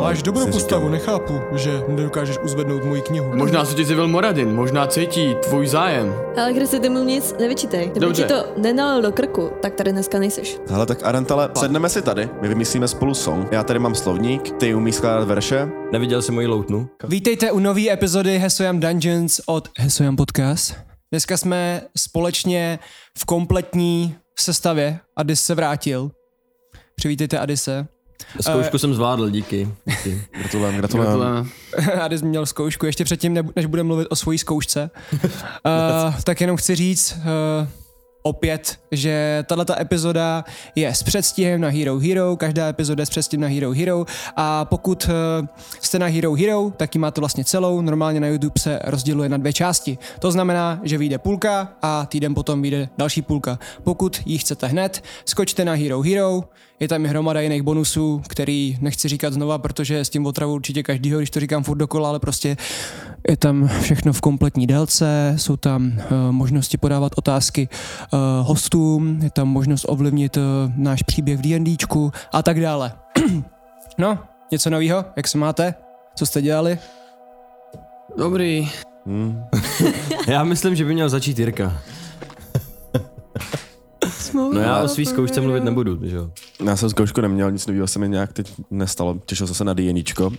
Máš dobrou Jsi postavu, říkal- nechápu, že nedokážeš uzvednout moji knihu. Možná se ti zjevil Moradin, možná cítí tvůj zájem. No. Ale Chrisy, ty mu nic nevyčítej. Kdyby Dobře. ti to nenalil do krku, tak tady dneska nejseš. Hele, tak Arantale, sedneme si tady, my vymyslíme spolu song. Já tady mám slovník, ty umíš skládat verše. Neviděl jsem moji loutnu? Vítejte u nové epizody Hesoyam Dungeons od Hesoyam Podcast. Dneska jsme společně v kompletní sestavě. Adis se vrátil. Přivítejte Adise. Zkoušku jsem zvládl, díky. díky. Gratulujeme, gratulujeme. Tohle- Adis měl zkoušku ještě předtím, nebu- než bude mluvit o svojí zkoušce. uh, tak jenom chci říct uh, opět, že tato epizoda je s předstihem na Hero Hero, každá epizoda je s předstihem na Hero Hero a pokud uh, jste na Hero Hero, tak ji máte vlastně celou, normálně na YouTube se rozděluje na dvě části. To znamená, že vyjde půlka a týden potom vyjde další půlka. Pokud ji chcete hned, skočte na Hero Hero, je tam i hromada jiných bonusů, který nechci říkat znova, protože s tím otravu určitě každýho, když to říkám furt dokola, ale prostě je tam všechno v kompletní délce, jsou tam uh, možnosti podávat otázky uh, hostům, je tam možnost ovlivnit uh, náš příběh v D&Dčku a tak dále. no, něco nového? Jak se máte? Co jste dělali? Dobrý. Já myslím, že by měl začít Jirka. No já o svý zkoušce mluvit nebudu, že jo. Já jsem zkoušku neměl, nic nového se mi nějak teď nestalo. Těšil jsem se na DNIčko.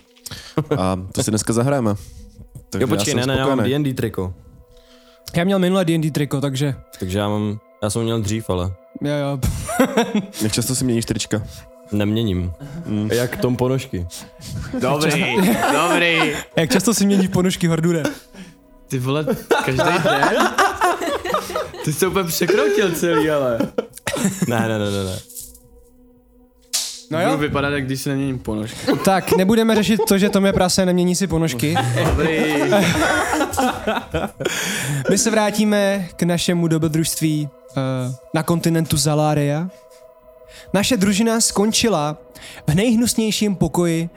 A to si dneska zahrajeme. Takže Jo počkej, já ne, jsem ne, já mám spokojený. D&D triko. Já měl minulé D&D triko, takže Takže já mám, já jsem ho měl dřív, ale jo, jo. Jak často si měníš trička? neměním. Mm. Jak tom ponožky. Dobrý, dobrý. Jak často si mění ponožky hordure? Ty vole, každý den? Ty jsi to úplně překrotil celý, ale. Ne, ne, ne, ne, ne. No Budu jo, vypadat, jak když si neměním ponožky. tak nebudeme řešit to, že Tomě Prase nemění si ponožky. Dobrý. My se vrátíme k našemu dobrodružství uh, na kontinentu Zalária. Naše družina skončila v nejhnusnějším pokoji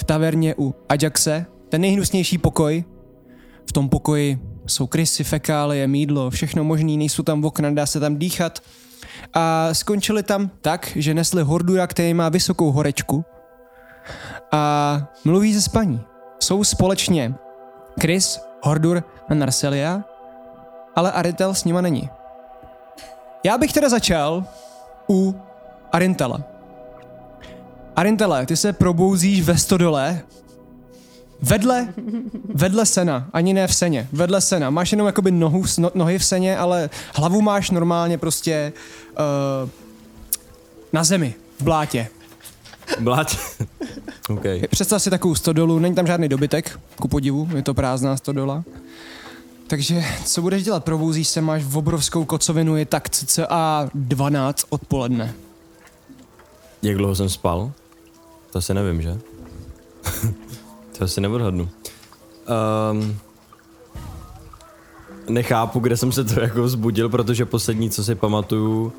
v taverně u Ajaxe. Ten nejhnusnější pokoj. V tom pokoji jsou krysy, fekálie, mídlo, všechno možný, nejsou tam okna, dá se tam dýchat. A skončili tam tak, že nesli hordura, který má vysokou horečku a mluví ze spaní. Jsou společně Chris, Hordur a Narselia, ale Aritel s nima není. Já bych teda začal u Arintela. Arintele, ty se probouzíš ve stodole vedle, vedle sena, ani ne v seně, vedle sena. Máš jenom jakoby nohu, s- no, nohy v seně, ale hlavu máš normálně prostě uh, na zemi, v blátě. Blát. OK. Představ si takovou stodolu, není tam žádný dobytek, ku podivu, je to prázdná stodola. Takže co budeš dělat? Probouzíš se, máš v obrovskou kocovinu, je tak cca 12 odpoledne. Jak dlouho jsem spal? To asi nevím, že? to asi neodhadnu. Um, nechápu, kde jsem se to jako vzbudil, protože poslední, co si pamatuju,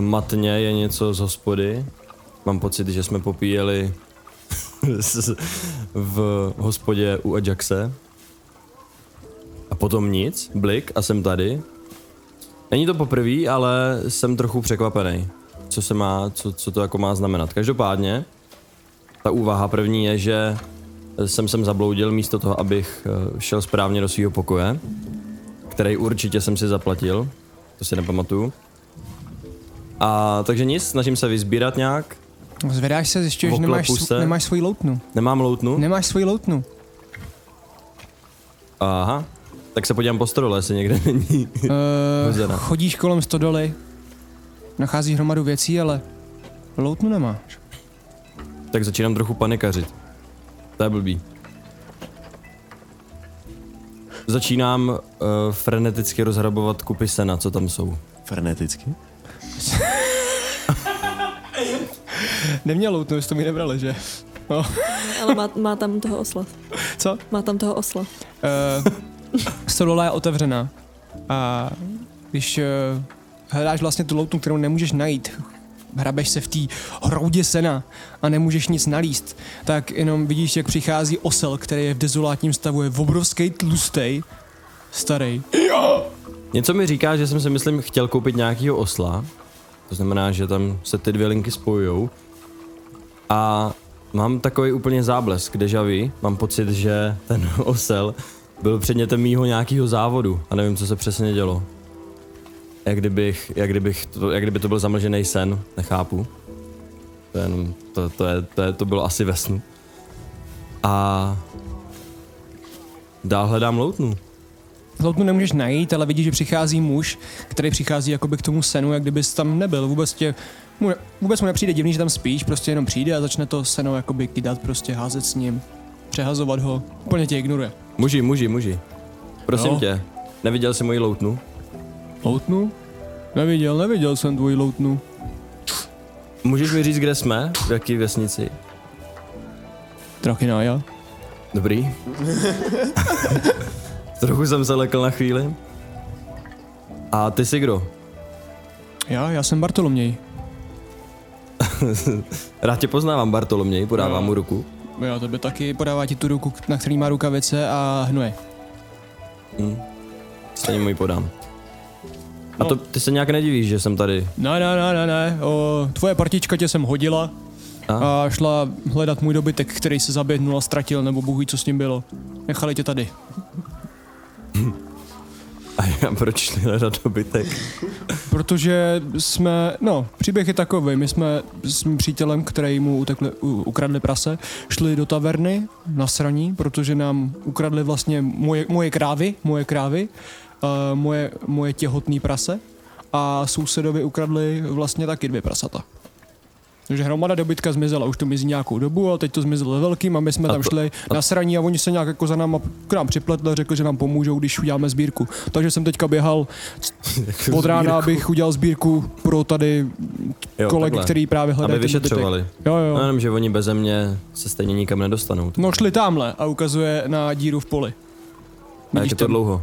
matně je něco z hospody. Mám pocit, že jsme popíjeli s- v hospodě u Ajaxe. A potom nic, blik a jsem tady. Není to poprvé, ale jsem trochu překvapený, co se má, co, co to jako má znamenat. Každopádně, ta úvaha první je, že jsem sem zabloudil místo toho, abych eh, šel správně do svého pokoje, který určitě jsem si zaplatil, to si nepamatuju. A takže nic, snažím se vyzbírat nějak. Zvedáš se, zjišťuješ, že Oklepu nemáš, sv- se. Hm? nemáš svoji loutnu. Nemám loutnu. Nemáš svoji loutnu. Aha. Tak se podívám po stole, jestli někde není. Uh, Hozena. chodíš kolem stodoly, nacházíš hromadu věcí, ale loutnu nemáš. tak začínám trochu panikařit. To je blbý. Začínám uh, freneticky rozhrabovat kupy sena, co tam jsou. Freneticky. Neměl loutnu, jsi to mi nebrali, že? Ale má, má tam toho osla. Co? Má tam toho osla. Uh, stodola je otevřená. A když uh, hledáš vlastně tu loutnu, kterou nemůžeš najít, hrabeš se v té hroudě sena a nemůžeš nic nalíst, tak jenom vidíš, jak přichází osel, který je v dezolátním stavu, je obrovský tlustej, starý. Něco mi říká, že jsem si myslím chtěl koupit nějakýho osla. To znamená, že tam se ty dvě linky spojujou. A Mám takový úplně záblesk deja vu. Mám pocit, že ten osel byl předmětem mýho nějakého závodu a nevím, co se přesně dělo. Jak, kdybych, jak, kdybych to, jak kdyby to byl zamlžený sen, nechápu. To, je jenom, to, to, je, to, je, to bylo asi ve snu. A dál hledám loutnu. Zloutnu nemůžeš najít, ale vidíš, že přichází muž, který přichází jakoby k tomu senu, jak kdybys tam nebyl. Vůbec, tě, mu, ne- vůbec mu nepřijde divný, že tam spíš, prostě jenom přijde a začne to seno jakoby kydat, prostě házet s ním, přehazovat ho, úplně tě ignoruje. Muži, muži, muži. Prosím No. no. tě, neviděl jsi moji loutnu? Loutnu? Neviděl, neviděl jsem tvoji loutnu. Můžeš mi říct, kde jsme? V jaký vesnici? Trachinája. Dobrý. Trochu jsem se lekl na chvíli. A ty jsi kdo? Já, já jsem Bartoloměj. Rád tě poznávám, Bartoloměj, No. podávám mu ruku. Já tebe taky podává ti tu ruku, na který má rukavice a hnuje. Stejně mu ji podám. A No. to, ty se nějak nedivíš, že jsem tady. Ne, ne, ne, ne, ne. O, tvoje partička tě sem hodila a? a šla hledat můj dobytek, který se zaběhnul a ztratil, nebo bůh ví, co s ním bylo. Nechali tě tady. A já proč šli hledat dobytek? Protože jsme, no, příběh je takový, my jsme s mým přítelem, který mu utekli, u, ukradli prase, šli do taverny na sraní, protože nám ukradli vlastně moje, moje krávy, moje krávy, uh, moje, moje těhotný prase a sousedovi ukradli vlastně taky dvě prasata. Takže hromada dobytka zmizela, už to mizí nějakou dobu a teď to zmizelo ve velkým a my jsme a tam to- šli na sraní a oni se nějak jako za náma k nám připletli a řekli, že nám pomůžou, když uděláme sbírku. Takže jsem teďka běhal od rána, abych udělal sbírku pro tady Jo, kolegy, takhle. který právě hledají Aby ten dobytek. vyšetřovali. Jo, jo. No jenom, že oni beze mě se stejně nikam nedostanou. No šli tamhle a ukazuje na díru v poli. A jak je to ten- dlouho?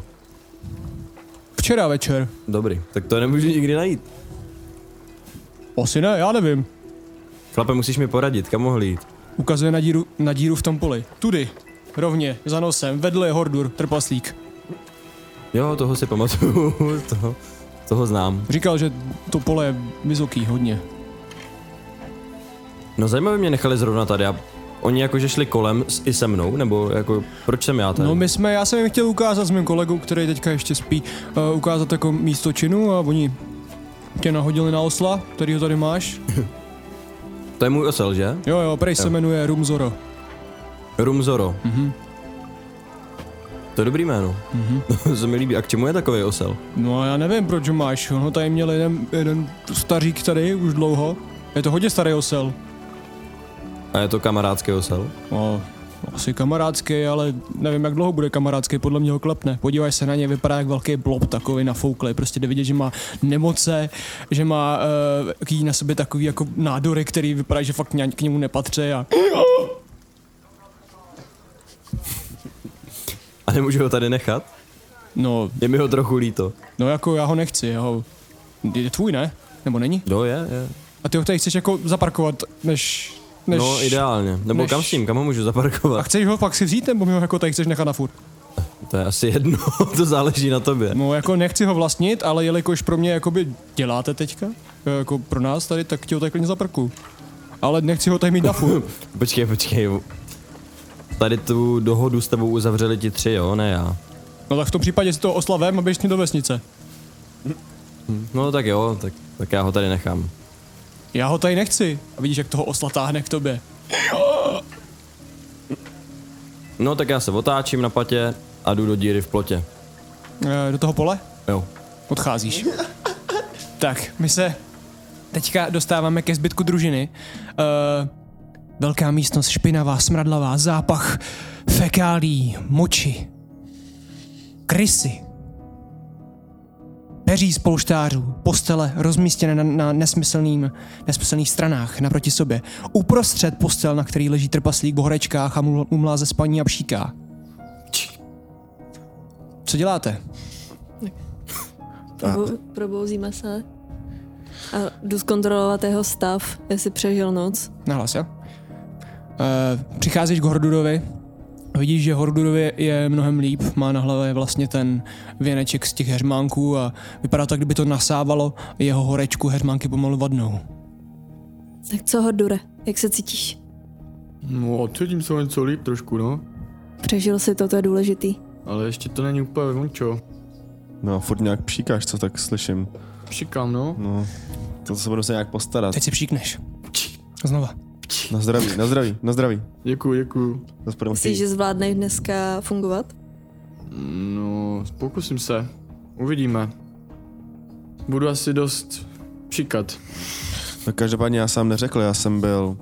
Včera večer. Dobrý, tak to nemůžu nikdy najít. Asi ne, já nevím. Chlape, musíš mi poradit, kam mohl jít. Ukazuje na díru, na díru v tom poli. Tudy. Rovně, za nosem, vedle je Hordur, trpaslík. Jo, toho si pamatuju, toho, toho znám. Říkal, že to pole je vysoký hodně. No zajímavě mě nechali zrovna tady a oni jakože šli kolem s, i se mnou, nebo jako proč jsem já tady? No my jsme, já jsem jim chtěl ukázat s mým kolegou, který teďka ještě spí, uh, ukázat jako místo činu a oni tě nahodili na osla, který ho tady máš. To je můj osel, že? Jo jo, prej se Jo. jmenuje Rumzoro. Mhm. Rumzoro. Mm-hmm. To je dobrý jméno. Mm-hmm. to mi líbí. A k čemu je takový osel? No a já nevím, proč ho máš, on ho tady měl jeden, jeden stařík tady už dlouho. Je to hodně starý osel. A je to kamarádský osel? No, asi kamarádský, ale nevím, jak dlouho bude kamarádský, podle mě ho klepne. Podívej se na ně, vypadá jak velký blob takový nafouklý, prostě jde vidět, že má nemoce, že má eh, jaký na sobě takový jako nádory, který vypadá, že fakt ně- k němu nepatří a A nemůžu ho tady nechat? no, Je mi ho trochu líto. no jako já ho nechci, já ho, je tvůj ne? Nebo není? Jo, No, je, je. A ty ho tady chceš jako zaparkovat, než, než... No, ideálně. Nebo než- kam s ním? Kam ho můžu A zaparkovat? chceš ho pak si vzít, nebo mi ho jako tady chceš nechat na furt? To je asi jedno, to záleží na tobě. No jako nechci ho vlastnit, ale jelikož pro mě jakoby děláte teďka, jako pro nás tady, tak ti ho takhle zaprku. Ale nechci ho tady mít na furt. Počkej, počkej. Tady tu dohodu s tebou uzavřeli ti tři, jo, ne já. No tak v tom případě si to oslavem a běž s ním do vesnice. No tak jo, tak, tak já ho tady nechám. Já ho tady nechci. A vidíš, jak toho osla táhne k tobě. No tak já se otáčím na patě a jdu do díry v plotě. E, do toho pole? Jo. Odcházíš. tak, my se teďka dostáváme ke zbytku družiny. E, velká místnost, špinavá, smradlavá, zápach fekálí, moči, krysy, peří z polštářů, postele rozmístěné na, na nesmyslným, nesmyslných stranách naproti sobě. Uprostřed postel, na který leží trpaslík v horečkách a mul- umlá ze spaní a pšíká. Co děláte? Probo- probouzíme se. A jdu zkontrolovat jeho stav, jestli přežil noc. Nahlas, jo? E, přicházíš k Hordurovi, vidíš, že Hordurovi je mnohem líp, má na hlavě vlastně ten věneček z těch heřmánků a vypadá tak, kdyby to nasávalo jeho horečku, heřmánky pomalu vadnou. Tak co, Hordure, jak se cítíš? No, cítím se o něco líp trošku, no. Přežil si to, to je důležitý. Ale ještě to není úplně vončo. No, furt nějak pšíkáš, co tak slyším. Přikám, no. No, to se budu se nějak postarat. Teď si příkneš. Znova. Na zdraví, na zdraví, na zdraví. Děkuju, děkuju. Zas budeme Myslíš, chtít. že zvládneš dneska fungovat? No, pokusím se. Uvidíme. Budu asi dost přikat. No, každopádně já sám neřekl, já jsem byl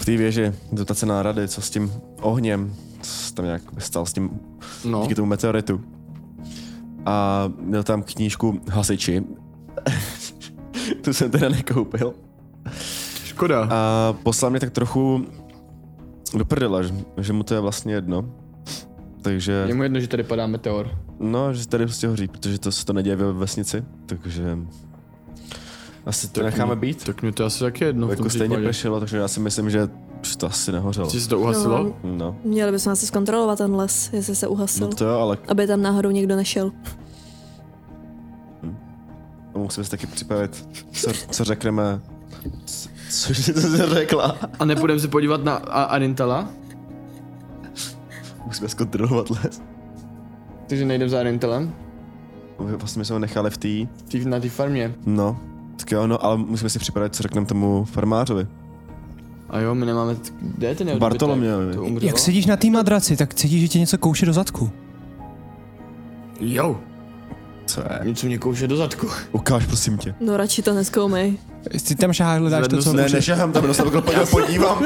v té věži, zeptat se na rady, co s tím ohněm, co se tam nějak stal s tím No, díky tomu meteoritu. A měl tam knížku Hasiči. tu jsem teda nekoupil. škoda. A poslal mě tak trochu do prdela, že, že mu to je vlastně jedno. Takže, Je mu jedno, že tady padá meteor. no, že tady prostě hoří, protože to se to neděje ve vesnici, takže asi to necháme být. Tak mě to asi taky jedno No, v jako tom stejně případě. pršelo, takže já si myslím, že už to asi nehořelo. Jsi si to uhasilo? No. No, Měli bychom asi zkontrolovat ten les, jestli se uhasil. no to jo, ale Aby tam náhodou někdo nešel. musíme se taky připravit, co, co řekneme. Co, co jsi řekla? A nepůjdeme se podívat na A- Arintala? Musíme zkontrolovat les. Takže nejdem za Arintalem? Vlastně my jsme ho nechali v tý. Ty na té farmě. No, tak jo, no, ale musíme si připravit, co řekneme tomu farmářovi. A jo, my nemáme... t- Kde je ten jeho Bartoloměj. dobytek? To umřelo? Jak sedíš na té madraci, tak cítíš, že tě něco kouše do zadku. Jo, Co je? něco mě kouše do zadku. Ukáž, prosím tě. No radši to neskoumej. Ty tam šáháš, hledáš Zvednu to, co Ne, kouše. nešahám tam, dostal takhle podívám.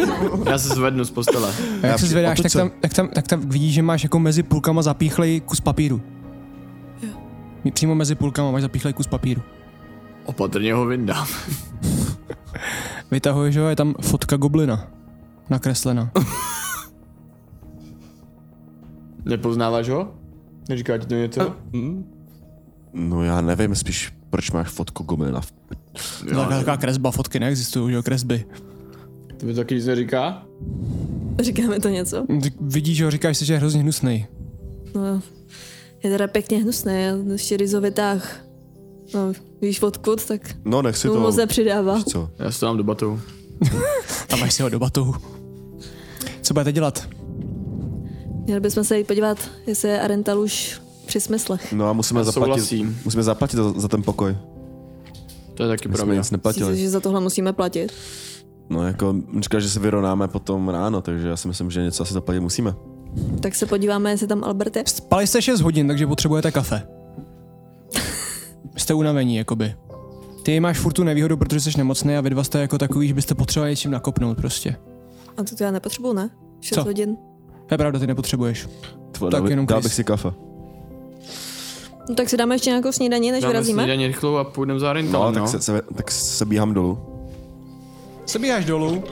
Já se zvednu z postele. A Já jak se při- zvedáš, otoč tak se. tam, tak, tam, tak tam vidíš, že máš jako mezi půlkama zapíchlej kus papíru. Jo. Přímo mezi půlkama máš zapíchlej kus papíru. Opatrně ho vyndám. Vytahuješ ho, je tam fotka goblina. Nakreslena. Nepoznáváš ho? Neříká ti to něco? No já nevím, spíš proč máš fotku goblina. v- Jo, taková kresba, fotky neexistují, že jo, kresby. To mi to taky nic neříká? Říkáme to něco? Ty Vidíš ho, říkáš si, že je hrozně hnusný. No, je teda pěkně hnusné, já ještě Rizo vytáh. No, víš odkud, tak No nechci mu to. moc nepřidává. Co? Já se to dám do batu. A máš si ho do batohu. Co budete dělat? Měli bychom se jít podívat, jestli je Arental už při smyslech. No a musíme Já zaplatit, souhlasím. musíme zaplatit za, za ten pokoj. To je taky My jsme pravda. nic Myslíš, neplatili. že za tohle musíme platit? No jako, říkáš, že se vyrovnáme potom ráno, takže já si myslím, že něco asi zaplatit musíme. Tak se podíváme, jestli tam Albert je. Spali jste 6 hodin, takže potřebujete kafe. Jste unavení, jakoby. Ty máš furt tu nevýhodu, protože jsi nemocný a vy dva jste jako takový, že byste potřebovali něčím nakopnout prostě. A to já nepotřebuju, ne? 6 Co? hodin. To je pravda, ty nepotřebuješ. Tvo, Tak dal, by- jenom dal Chris. bych si kafe. No tak si dáme ještě nějakou snídaní, než Dáme vyrazíme. snídaní rychlou a půjdeme za No, Arintalem, no. tak se, se, tak se bíhám dolů. Se bíháš dolů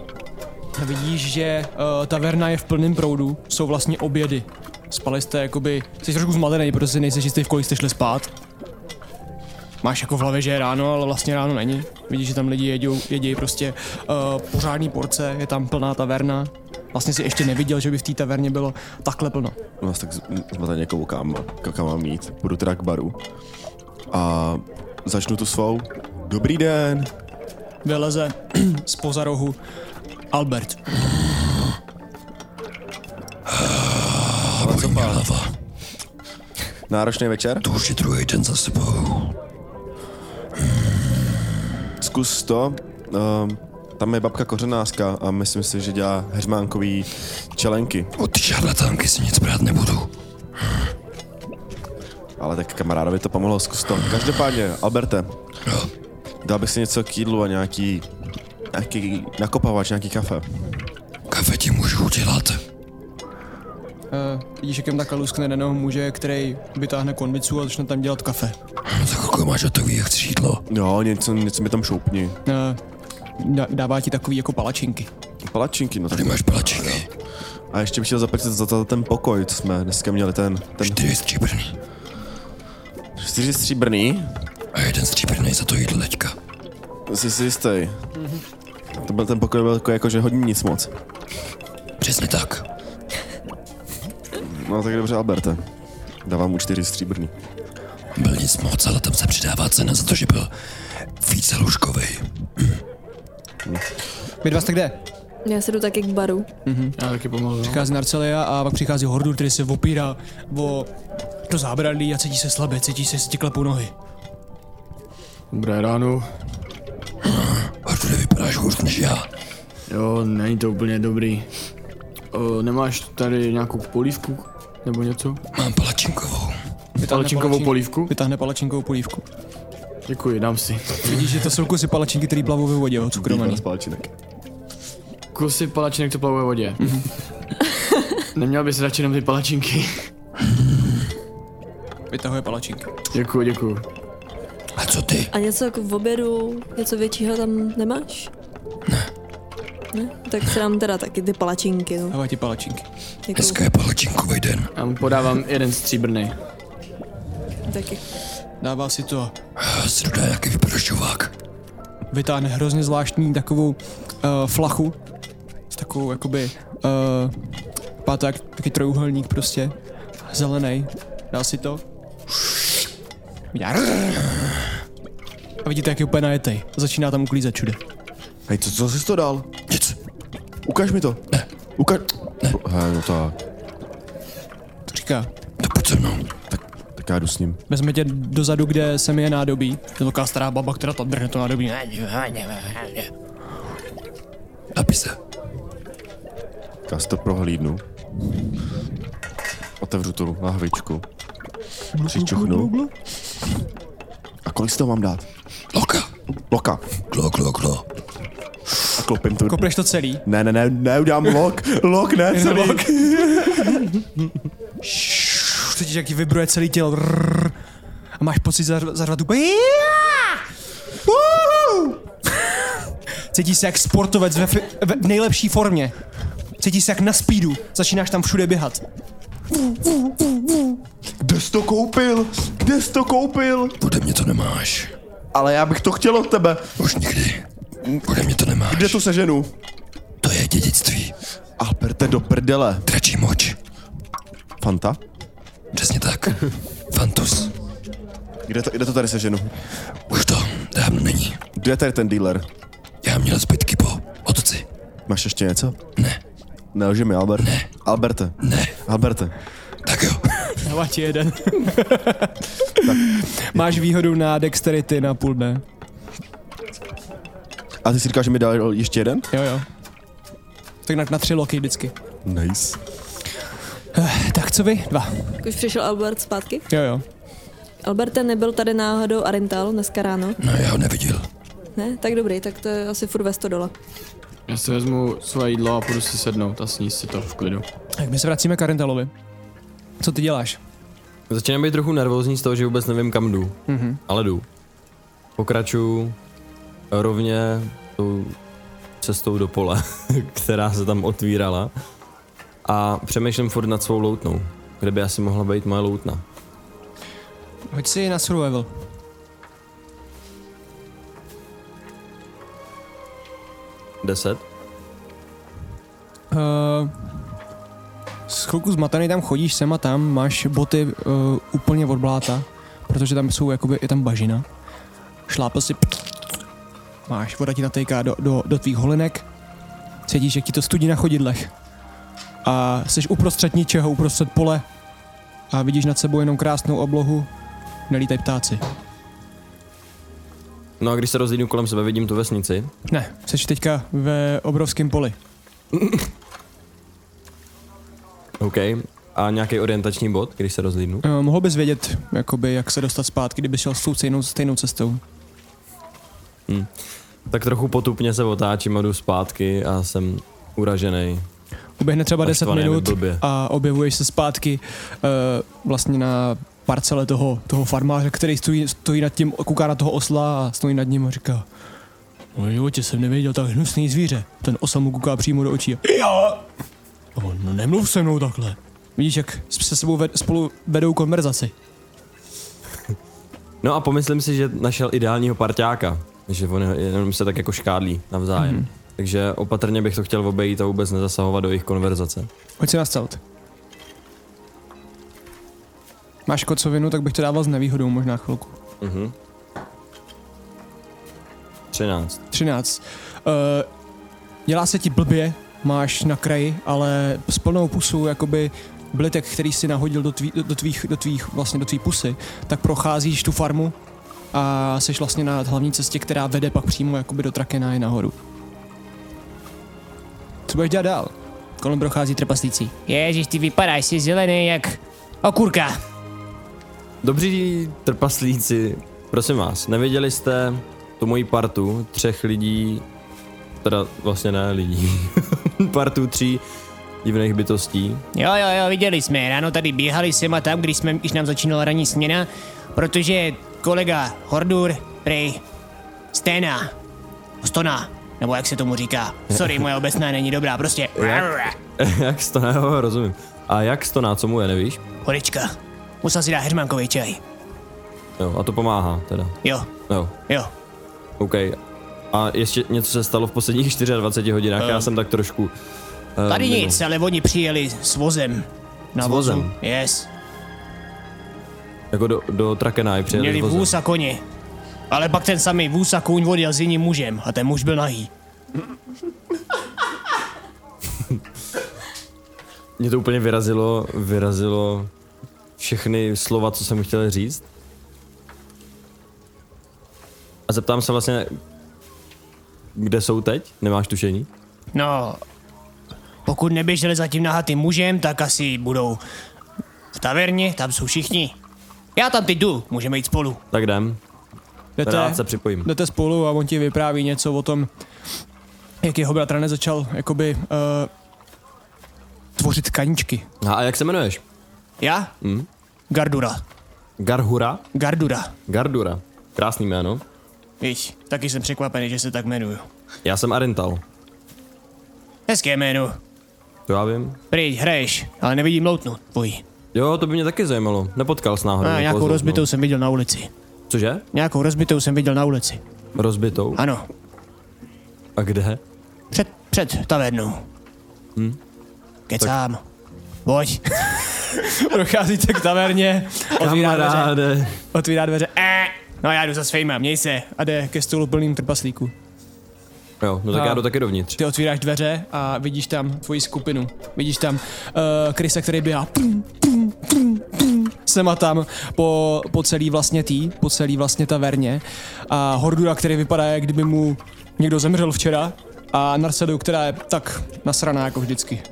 a vidíš, že uh, taverna je v plném proudu, jsou vlastně obědy. Spali jste jakoby, jsi trošku zmatený, protože si nejsi jistý, v kolik jste šli spát. Máš jako v hlavě, že je ráno, ale vlastně ráno není. Vidíš, že tam lidi jedou, jedí prostě uh, pořádný porce, je tam plná taverna. Vlastně si ještě neviděl, že by v té taverně bylo takhle plno. No, tak z- zmateně někoho koukám, kam mám jít. Půjdu teda k baru. A začnu tu svou. Dobrý den. Vyleze spoza rohu Albert. Ale co pán? Náročný večer? To už je druhý den za sebou. Hmm. Zkus to. Um, tam je babka kořenářka a myslím si, že dělá heřmánkový čelenky. Hmm. Od ty šarlatánky si nic brát nebudu. Ale tak kamarádovi to pomohlo, zkus to. Každopádně, Alberte, dal bych si něco k jídlu a nějaký, nějaký nakopavač, nějaký kafe. Kafe ti můžu udělat. Uh, vidíš, jak jim takhle luskne jednoho muže, který vytáhne konvicu a začne tam dělat kafe. No tak kolik máš hotový, jak chceš jídlo? Jo, No, něco, něco mi tam šoupni. Eh, dá- dává ti takový jako palačinky. Palačinky, no tak. Tady máš palačinky. A ještě bych chtěl zaplatit za, za ten pokoj, co jsme dneska měli, ten, ten Čtyři stříbrný. čtyři stříbrný. A jeden stříbrný za to jídlo teďka. Jsi si jistý. To byl ten pokoj byl jako, jako že hodně nic moc. Přesně tak. No tak dobře, Alberte. Dávám mu čtyři stříbrný. Byl nic moc, ale tam se přidává cena za to, že byl více lůžkovej. Vy dva jste kde? Já se jdu taky k baru. Já taky pomalu. no. Přichází Narcelia a pak přichází Hordur, který se opírá o to zábradlí a cítí se slabé, cítí se stiklepu nohy. Dobré ráno. A všude vypadáš hůř než já. Jo, není to úplně dobrý. O, nemáš tady nějakou polívku? Nebo něco? Mám palačinkovou. Palačinkovou palačink- polívku? Vytáhne palačinkovou polívku. Děkuji, dám si. Vidíš, že to jsou kusy palačinky, který plavou ve vodě, odsukrovený. Spálčinek. Kusy palačinek, co plavuje v vodě. Neměl bys radši jenom ty palačinky. Vytahuje palačinky. Děkuji, děkuji. A co ty? A něco jako v obědu, něco většího tam nemáš? Ne. ne? Tak se nám teda taky ty palačinky, no. Dává ti palačinky. Jako, Dneska je palačinkový den. Já mu podávám jeden stříbrný. taky. Dává si to Já si dodá nějaký vyprošťovák. vytáhne hrozně zvláštní takovou uh, flachu s takovou jakoby uh, pátek, taky trojuhelník prostě, zelený. Dá si to. Udělá rrrr. A vidíte, jak je úplně najetej. Začíná tam uklízet všude. Hej, co, co jsi to dal? Nic. Ukaž mi to. Ne. Ukaž. Ne. Hej, no tak. To Říká, Tak pojď se mnou. Tak já jdu s ním. vezme tě dozadu, kde se mi je nádobí. To je velká stará baba, která tam drhne to nádobí. Napij se. Já si to prohlídnu. Otevřu tu lahvičku. Přičuchnu. A kolik si to mám dát? Loka. Loka. Klo, klo, klo. A klopím to. Kopneš to celý. Ne, ne, ne, ne, udělám lok. Lok, ne, celý. Lok. Už cítíš, jak ti vibruje celý tělo. Rrrr. A máš pocit zař- zařvat úplně. Uhu. Cítíš se jak sportovec ve, fi- ve v nejlepší formě. Cítíš se jak na speedu. Začínáš tam všude běhat. Kde jsi to koupil? Kde jsi to koupil? Ode mě to nemáš. Ale já bych to chtěl od tebe. Už nikdy. Ode mě to nemáš. Kde to seženu? To je dědictví. Alberte do prdele. Dračí moč. Fanta? Přesně tak. Fantus. Kde to, kde to tady seženu? Už to dávno není. Kde je tady ten dealer? Já měl zbytky po otci. Máš ještě něco? Ne. Nelži mi, Albert. Ne. Alberte. Ne. Alberte. Tak jo. Dává ti jeden. máš výhodu na dexterity na půl dne. A ty si říkáš, že mi dal ještě jeden? Jo, jo. Tak na, na tři loky vždycky. Nice. Tak co vy? Dva. Už přišel Albert zpátky. Jo, jo. Alberte nebyl tady náhodou Arental dneska ráno? No, já ho neviděl. Ne? Tak dobrý, tak to je asi furt ve 100 dola. Já si vezmu své jídlo a půjdu si sednout a sníst si to v klidu. Tak my se vracíme k Arentalovi. Co ty děláš? Začínám být trochu nervózní z toho, že vůbec nevím, kam jdu. Mm-hmm. Ale jdu. Pokračuju rovně tou cestou do pole, která se tam otvírala. A přemýšlím furt nad svou loutnou. Kde by asi mohla být moje loutna? Hoď si na survival. Deset? Uh, z chvilku zmatený tam chodíš sem a tam, máš boty uh, úplně od bláta, protože tam jsou jakoby, je tam bažina. Šlápl si, máš, voda ti natejká do, do, do tvých holinek, cítíš, jak ti to studí na chodidlech. A jsi uprostřed ničeho, uprostřed pole a vidíš nad sebou jenom krásnou oblohu, nelítaj ptáci. No a když se rozlídnu kolem sebe, vidím tu vesnici. Ne, jsi teďka ve obrovském poli. OK. A nějaký orientační bod, když se rozlídnu. Uh, mohl bys vědět, jakoby, jak se dostat zpátky, kdyby šel s tou stejnou, stejnou cestou. Tak trochu potupně se otáčím a jdu zpátky a jsem uražený. Uběhne třeba 10 Naštvaný, minut blbě. a objevuješ se zpátky uh, vlastně na parcele toho, toho farmáře, který stojí, stojí nad tím, kouká na toho osla a stojí nad ním a říká No životě jsem nevěděl tak hnusný zvíře. Ten osa mu kouká přímo do očí. a- Já! A on, no nemluv se mnou takhle. Vidíš, jak se sebou ved, spolu vedou konverzaci. No a pomyslím si, že našel ideálního parťáka, že on jenom se tak jako škádlí navzájem. Mm. Takže opatrně bych to chtěl obejít a vůbec nezasahovat do jejich konverzace. Pojď si na scout. Máš kocovinu, tak bych to dával s nevýhodou možná chvilku. Mhm. 13. 13. Uh, Dělá se ti blbě, máš na kraji, ale s plnou pusou jakoby blitek, který si nahodil do, tví, do, do tvých, do tvých, vlastně do tvý pusy, tak procházíš tu farmu a jsi vlastně na hlavní cestě, která vede pak přímo jakoby do Trakena i nahoru. Co budeš dělat dál? Kolem prochází trpaslící. Ježíš, ty vypadáš, jsi zelený jak okurka. Dobří trpaslíci, prosím vás, nevěděli jste tu moji partu třech lidí, teda vlastně ne lidí, partu tří divných bytostí. Jo, jo, jo, viděli jsme, je. ráno tady běhali sem a tam, když, jsme, když nám začínala ranní směna, protože kolega Hordur, prej, Stena, Stona, nebo jak se tomu říká. Sorry, moje obecná není dobrá, prostě. jak stoná, jo, rozumím. A jak stoná, co mu je, nevíš? Horečka. Musel si dát hermankový čaj. Jo, a to pomáhá teda. Jo, Jo, jo. OK. A ještě něco se stalo v posledních 24 hodinách, já jsem tak trošku... eh, Tady mimo. nic, ale oni přijeli s vozem. Na S vozu. vozem? Yes. Jako do, do Trakena je přijeli Měli s vozem. vůz a koně. Ale pak ten samý vůz a kůň odjel s jiným mužem a ten muž byl nahý. Mě to úplně vyrazilo, vyrazilo všechny slova, co jsem chtěl říct. A zeptám se vlastně, kde jsou teď? Nemáš tušení? No, pokud neběželi zatím nahatým mužem, tak asi budou v taverně, tam jsou všichni. Já tam teď jdu, můžeme jít spolu. Tak jdem, rád Jdete, se připojím. No- jdete spolu a on ti vypráví něco o tom, jak jeho bratranec začal jakoby uh, tvořit kaničky. A jak se jmenuješ? Já? Mm. Gardura. Garhura? Gardura. Gardura. Krásný jméno. Víš, taky jsem překvapený, že se tak jmenuju. Já jsem Arental. Hezké jméno. To já vím. Prý, hraješ, ale nevidím loutnu tvojí. Jo, to by mě taky zajímalo. Nepotkal s náhodou. A někoho nějakou z Loutnou. rozbitou jsem viděl na ulici. Cože? Nějakou rozbitou jsem viděl na ulici. Rozbitou? Ano, A kde? před, před tavernou. Hm? Kecám. Tak. Pojď. Procházíte k taverně, otvírá dveře, Kamaráde. otvírá dveře Eh, No já jdu za svejma, měj se. a jde ke stolu plným trpaslíků. Jo, no tak A- já jdu taky dovnitř. Ty otvíráš dveře a vidíš tam tvoji skupinu. Vidíš tam uh, Krisa, který běhá pum, pum, pum, pum, sem a tam po, po celý vlastně tý, po celý vlastně taverně. A Hordura, který vypadá, jak kdyby mu někdo zemřel včera. A Narsedu, která je tak nasraná jako vždycky.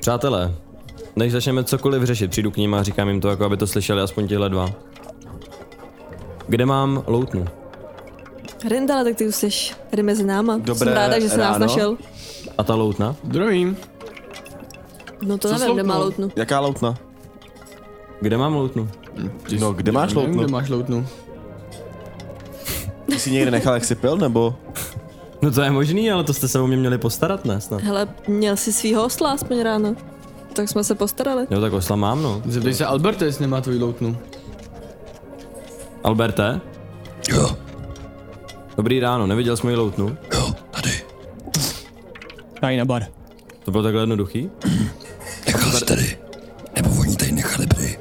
Přátelé, než začneme cokoliv řešit, přijdu k ním a říkám jim to, jako aby to slyšeli aspoň tihle dva. Kde mám loutnu? Rendala, tak ty už jsi tady mezi náma. Dobré Jsem ráda, že jsi nás ráno. našel. A ta loutna? Zdravím. No to nevím, sloupnou? kde má loutnu. Jaká loutna? Kde mám loutnu? Ty No, jsi- kde máš já nevím, loutnu? Kde máš loutnu? Ty jsi někde nechal, jak jsi pil, nebo? No to je možný, ale to jste se o mě měli postarat, ne snad? Hele, měl jsi svýho osla aspoň ráno. Tak jsme se postarali. Jo, tak osla mám, no. Zeptej se Alberta, jestli nemá tvoji loutnu. Alberte, Jo, dobrý ráno, neviděl jsi moji loutnu? jo, tady. Dají na bar. To bylo takhle jednoduchý? Nechal jsi tady. Nebo oni tady nechali prý.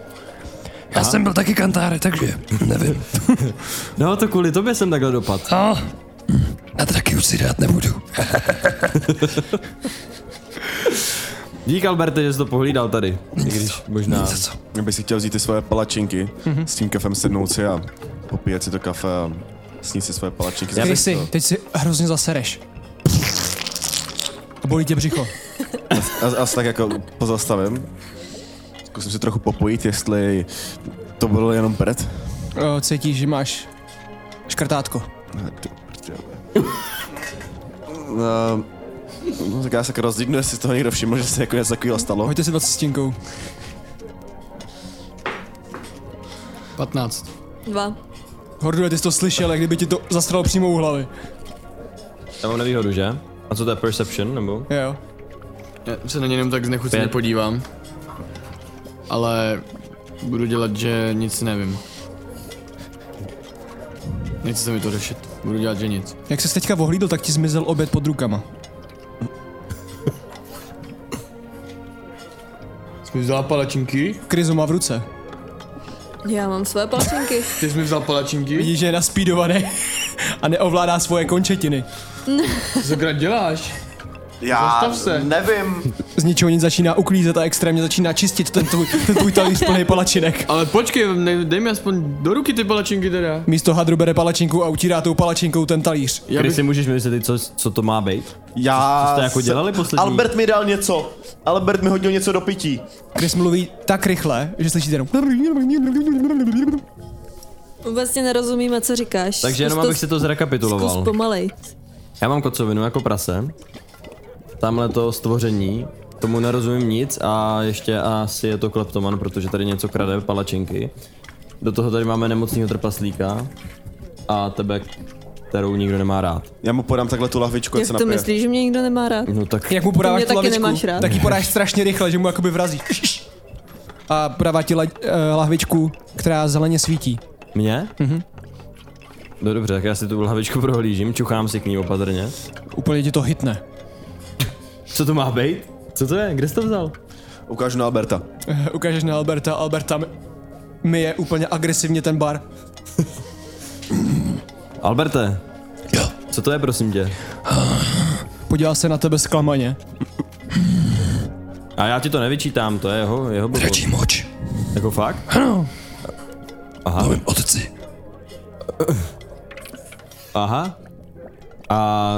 Já jsem byl taky kantáre, takže nevím. No to kvůli tobě jsem takhle dopad. A na traky už si rád nebudu. Dík Alberte, že jsi to pohlídal tady. I když možná... Za co? Kdyby si chtěl vzít ty svoje palačinky s tím kafem sednout si a popíjet si to kafe a snít si svoje palačinky. Já bych- Krysy, to- teď si hrozně zasereš. A bolí tě břicho. Já já se tak jako pozastavím. Zkusím si trochu popojit, jestli to bylo jenom pret. Eh, Cítíš, že máš škrtátko. Ne, ty prdele. No, No, tak já se jako rozdíknu, jestli z toho někdo všiml, že se jako něco takového stalo. Hoďte si 20 stinkou. 15. Dva. Horduje, ty jsi to slyšel, jak kdyby ti to zastralo přímo u hlavy. Já mám nevýhodu, že? A co to je perception, nebo? Jo. Já se na ně jenom tak znechuceně Pět. podívám. Ale budu dělat, že nic nevím. Nechce se mi to řešit. Budu dělat, že nic. Jak se teďka ohlídl, tak ti zmizel oběd pod rukama. Jsi mi vzala palačinky? Kryzo má v ruce. Já mám své palčinky. Ty jsi mi vzal palačinky? Vidíš, že je naspídovaný a neovládá svoje končetiny. Co krát děláš? Já Zastav se. nevím. Z ničeho nic začíná uklízet a extrémně začíná čistit ten tvůj, ten tvůj talíř plný palačinek. Ale počkej, ne, dej mi aspoň do ruky ty palačinky teda. Místo hadru bere palačinku a utírá tou palačinkou ten talíř. Já bych, si můžeš mi vysvětlit, co, co to má být? Já... Co jste jako dělali poslední? Albert mi dal něco. Albert mi hodil něco do pití. Chris mluví tak rychle, že slyšíte jenom... Vlastně nerozumíme, co říkáš. Takže jenom Zkus abych si to zrekapituloval. Zkus pomalej. Já mám kocovinu jako prase. Tamhle to stvoření. Tomu nerozumím nic a ještě asi je to kleptoman, protože tady něco krade palačinky. Do toho tady máme nemocného trpaslíka a tebe, kterou nikdo nemá rád. Já mu podám takhle tu lahvičku, ať Jak se to napije. myslíš, že mě nikdo nemá rád? No tak Jak mu podáváš mě tu taky lavičku, nemáš rád. tak ji podáš strašně rychle, že mu jakoby vrazí. A podává ti la, eh, lahvičku, která zeleně svítí. mě? Mhm. No dobře, tak já si tu hlavičku prohlížím, čuchám si k ní opatrně. Úplně ti to hitne. Co to má být? Co to je? Kde jsi to vzal? Ukážu na Alberta. Eh, Ukážeš na Alberta, Alberta mi, mi je úplně agresivně ten bar. Alberte, Jo. co to je prosím tě? Podívá se na tebe zklamaně. A já ti to nevyčítám, to je jeho, jeho blbost. Dračí moč. Jako fakt? To mým otci. Aha. A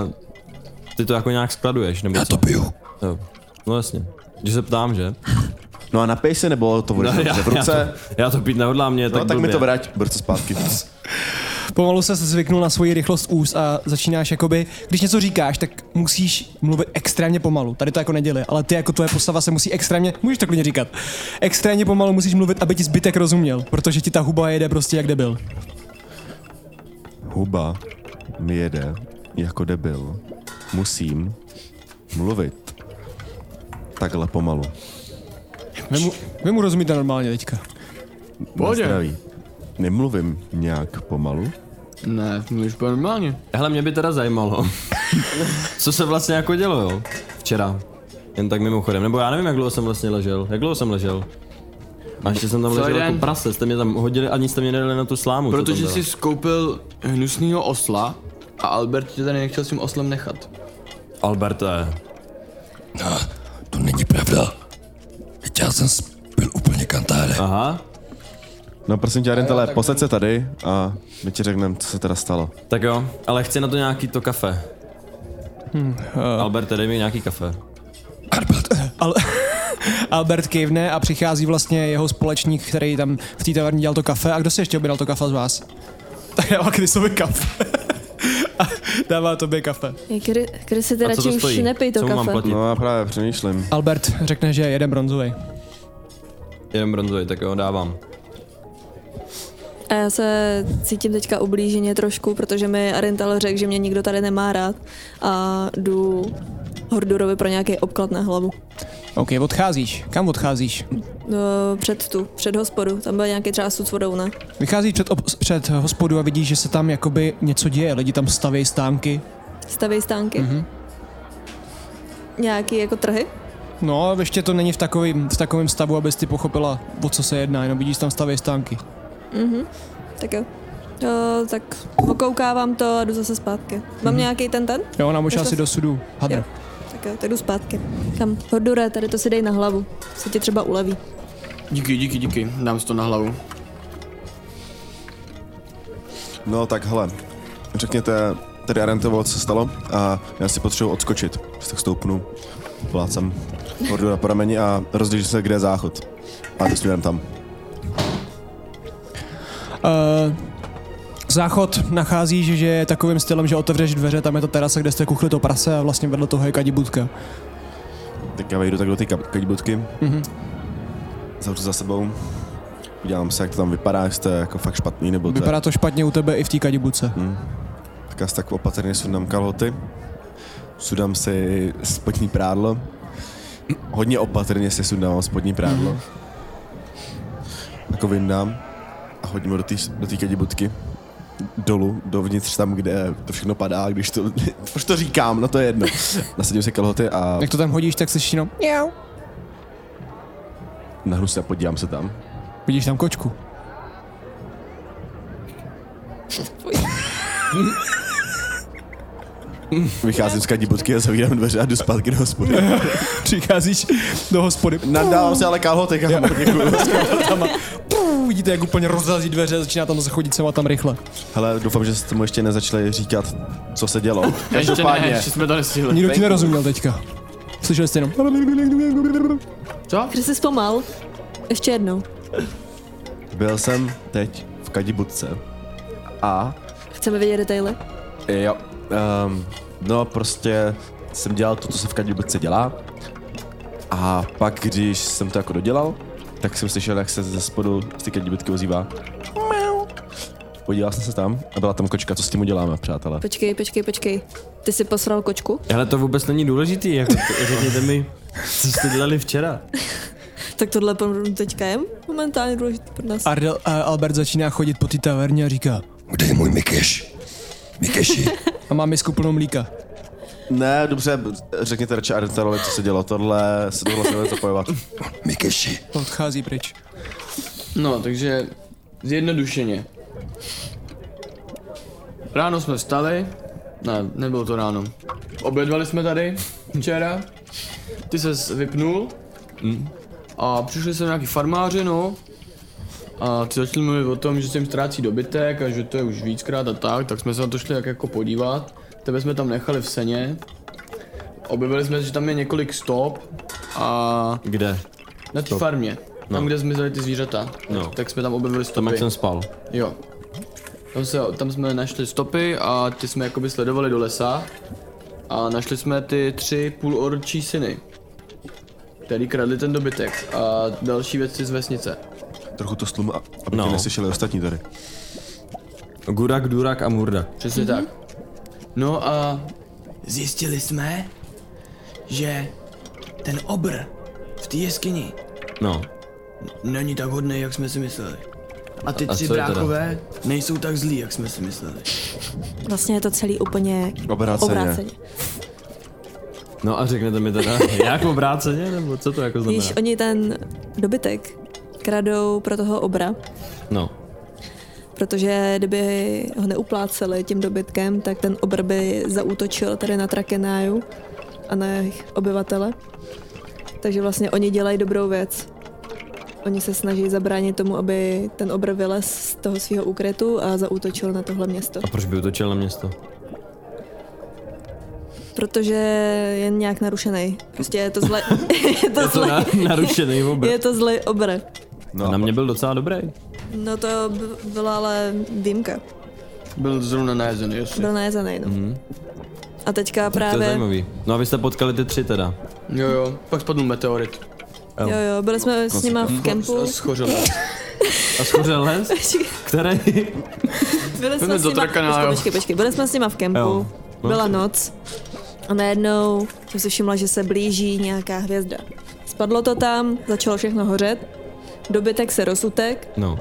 ty to jako nějak skladuješ, nebo Já co? to piju. Jo. No jasně. Když se ptám, že? No a napij se, nebo to budeš No, no, já, v já, to, ruce? já to pít nehodlám, mě je No, tak tak, tak mi blbě. to vrať, brzo zpátky. Pomalu se zvyknul na svoji rychlost úst a začínáš jakoby, když něco říkáš, tak musíš mluvit extrémně pomalu. Tady to jako neděli, ale ty jako tvoje postava se musí extrémně, můžeš to klidně říkat, extrémně pomalu musíš mluvit, aby ti zbytek rozuměl, protože ti ta huba jede prostě jak debil. Huba mi jede jako debil. Musím mluvit takhle pomalu. Vy mu, vy mu rozumíte normálně teďka. Pohodě. Na zdraví. Nemluvím nějak pomalu. ne, mluvíš úplně normálně. Hele, mě by teda zajímalo, co se vlastně jako dělo, jo? Včera. Jen tak mimochodem. Nebo já nevím, jak dlouho jsem vlastně ležel. Jak dlouho jsem ležel? A ještě jsem tam Celý ležel jako den. prase, jste mě tam hodili, ani jste mě nedali na tu slámu. co Protože tam jsi byla. skoupil hnusného osla a Albert tě tady nechtěl s tím oslem nechat. Alberte, No, to není pravda. Teď já jsem spil úplně kantáre. aha. No prosím tě, Rentele, posaď se tady a my ti řekneme, co se teda stalo. Tak jo, ale chci na to nějaký to kafe. Hm, eh. Hmm, Alberte, dej mi nějaký kafe. Albert, Al- Albert kivne a přichází vlastně jeho společník, který tam v té taverně dělal to kafe. A kdo si ještě objednal to kafe z vás? Tak dává Krysovi kafe. a dává tobě kafe. Když si ty A co radši to už stojí? nepij to Co mu mám kafe. platit? No a právě přemýšlím. Albert řekne, že je jeden bronzový. Jeden bronzový, tak jo, dávám. A já se cítím teďka ublíženě trošku, protože mi Arental řekl, že mě nikdo tady nemá rád a jdu Hordurovi pro nějaký obklad na hlavu. OK, odcházíš. Kam odcházíš? No, před tu, před hospodu, tam byl nějaký třeba s vodou, ne? Vycházíš před, ob- před hospodu a vidíš, že se tam jakoby něco děje. Lidi tam stavějí stánky. Stavěj stánky. Mm-hmm. Nějaký jako trhy? No, ještě to není v takovém v takovém stavu, abys ty pochopila, o co se jedná. Jenom vidíš, tam stavějí stánky. Mhm. Tak jo. Jo, tak okoukávám to a jdu zase zpátky. Mám mm-hmm. nějaký ten ten? Jo, nám už Ještě asi v- do sudu. Hadr. Jo. Tak jo, tak jdu zpátky. Kam? Hordure, tady to si dej na hlavu. Se ti třeba uleví. Díky, díky, díky. Dám si to na hlavu. No tak hele, řekněte tady Arentovo, co se stalo a já si potřebuji odskočit. Tak stoupnu, plácem hordu na prameni a rozlížím se, kde je záchod. A jdu směrem tam. Uh, záchod nacházíš, že je takovým stylem, že otevřeš dveře, tam je ta terasa, kde jste kuchli to prase a vlastně vedle toho je kadibudka. Tak já vejdu tak do ty ka- kadibutky. Mm-hmm. Zavřu za sebou. Udělám se, jak to tam vypadá, jestli to je jako fakt špatný, nebo to je Vypadá to špatně u tebe i v té kadibudce. Tak já si tak opatrně sundám kalhoty, sudám si spodní prádlo, hodně opatrně si sundám spodní prádlo. Mm-hmm. Jako vyndám a hodím ho do té do tý kadibutky dolů, dovnitř tam, kde to všechno padá, když to, proč to říkám, no to je jedno. Nasadím si kalhoty a Jak to tam hodíš, tak slyšíš jenom, nahnu se a podívám se tam. vidíš tam kočku. Vycházím z kadibotky a zavírám dveře a jdu zpátky do hospody. Přicházíš do hospody. Nadávám se ale kalhoty, kámo, děkuju. Pů, vidíte, jak úplně rozrazí dveře, začíná tam zachodit sem a tam rychle. Hele, doufám, že jste mu ještě nezačali říkat, co se dělo. Ještě ne, Každopádně, ještě jsme to nestihli. Nikdo ti nerozuměl teďka. Slyšeli jste jenom. Co? Chris si zpomal. Ještě jednou. byl jsem teď v kadibutce. A Chceme vědět detaily. Jo. Um, no prostě jsem dělal to, co se v kadibutce dělá. A pak, když jsem to jako dodělal, tak jsem slyšel, jak se ze spodu z té kadibutky ozývá. Miau. Podíval jsem se tam a byla tam kočka, co s tím uděláme, přátelé? Počkej, počkej, počkej. Ty jsi posral kočku? Ale to vůbec není důležitý, jako t- řekněte mi, co jste dělali včera. Tak tohle pro- teďka je momentálně důležité pro nás. Ardel, a Albert začíná chodit po té taverně a říká. Kde je můj Mikeš? Mikeši, A má misku plnou mlíka. Ne, dobře, řekněte radši Artelovi, co se dělo. Tohle se tohle se bude zapojovat. Mikeši. A Odchází pryč. No, takže zjednodušeně. Ráno jsme vstali, ne, nebylo to ráno. Obědvali jsme tady včera, ty se vypnul a přišli sem nějaký farmáři, no. A ty začali mluvit o tom, že se jim ztrácí dobytek a že to je už víckrát a tak, tak jsme se na to šli jak jako podívat. Tebe jsme tam nechali v seně. Objevili jsme, že tam je několik stop a Kde? na té farmě, tam kde zmizely ty zvířata, No. tak, tak jsme tam objevili Tam, stopy. jak jsem spal. Jo. Tam, se, tam jsme našli stopy a ty jsme jakoby sledovali do lesa. A našli jsme ty tři půlorčí syny, který kradli ten dobytek a další věci z vesnice. Trochu to stlum, a- aby no. No. tě neslyšeli ostatní tady. Gurak, Durak a Murdak. Přesně mm-hmm. tak. No a zjistili jsme, že ten obr v té jeskyni No. není tak hodný, jak jsme si mysleli. A ty A- a tři co je teda? brákové nejsou tak zlí, jak jsme si mysleli. Vlastně je to celý úplně Obráceně. obráceně. No a řeknete mi teda, jak obráceně, nebo co to jako znamená? Když oni ten dobytek kradou pro toho obra, No. protože kdyby ho neupláceli tím dobytkem, tak ten obr by zaútočil tady na Trakenáju a na jejich obyvatele. Takže vlastně oni dělají dobrou věc. Oni se snaží zabránit tomu, aby ten obr vylez z toho svého úkrytu a zaútočil na tohle město. A proč by utočil na město? Protože je nějak narušený. Prostě je to zle... je to Je to zle... na, narušený obr. Je to zlej obr. No, A na a mě byl docela dobrý. No to b- byla ale výjimka. Byl zrovna najezený, jasně. Byl najezený, no. Mm-hmm. A teďka Mhm. To je právě... zajímavý. No a vy jste potkali ty tři teda. Jo, jo, pak spadl meteorit. Jo, jo, byli jsme s nima v kempu. A schořel. A schořel les? Který? Byli jdeme jsme s do nima... Drakana, Počkej, jo. počkej, počkej. Byli jsme s nima v kempu. Jo. Byla noc. A najednou jsem si všimla, že se blíží nějaká hvězda. Spadlo to tam, začalo všechno hořet. Dobytek se rozutek. No.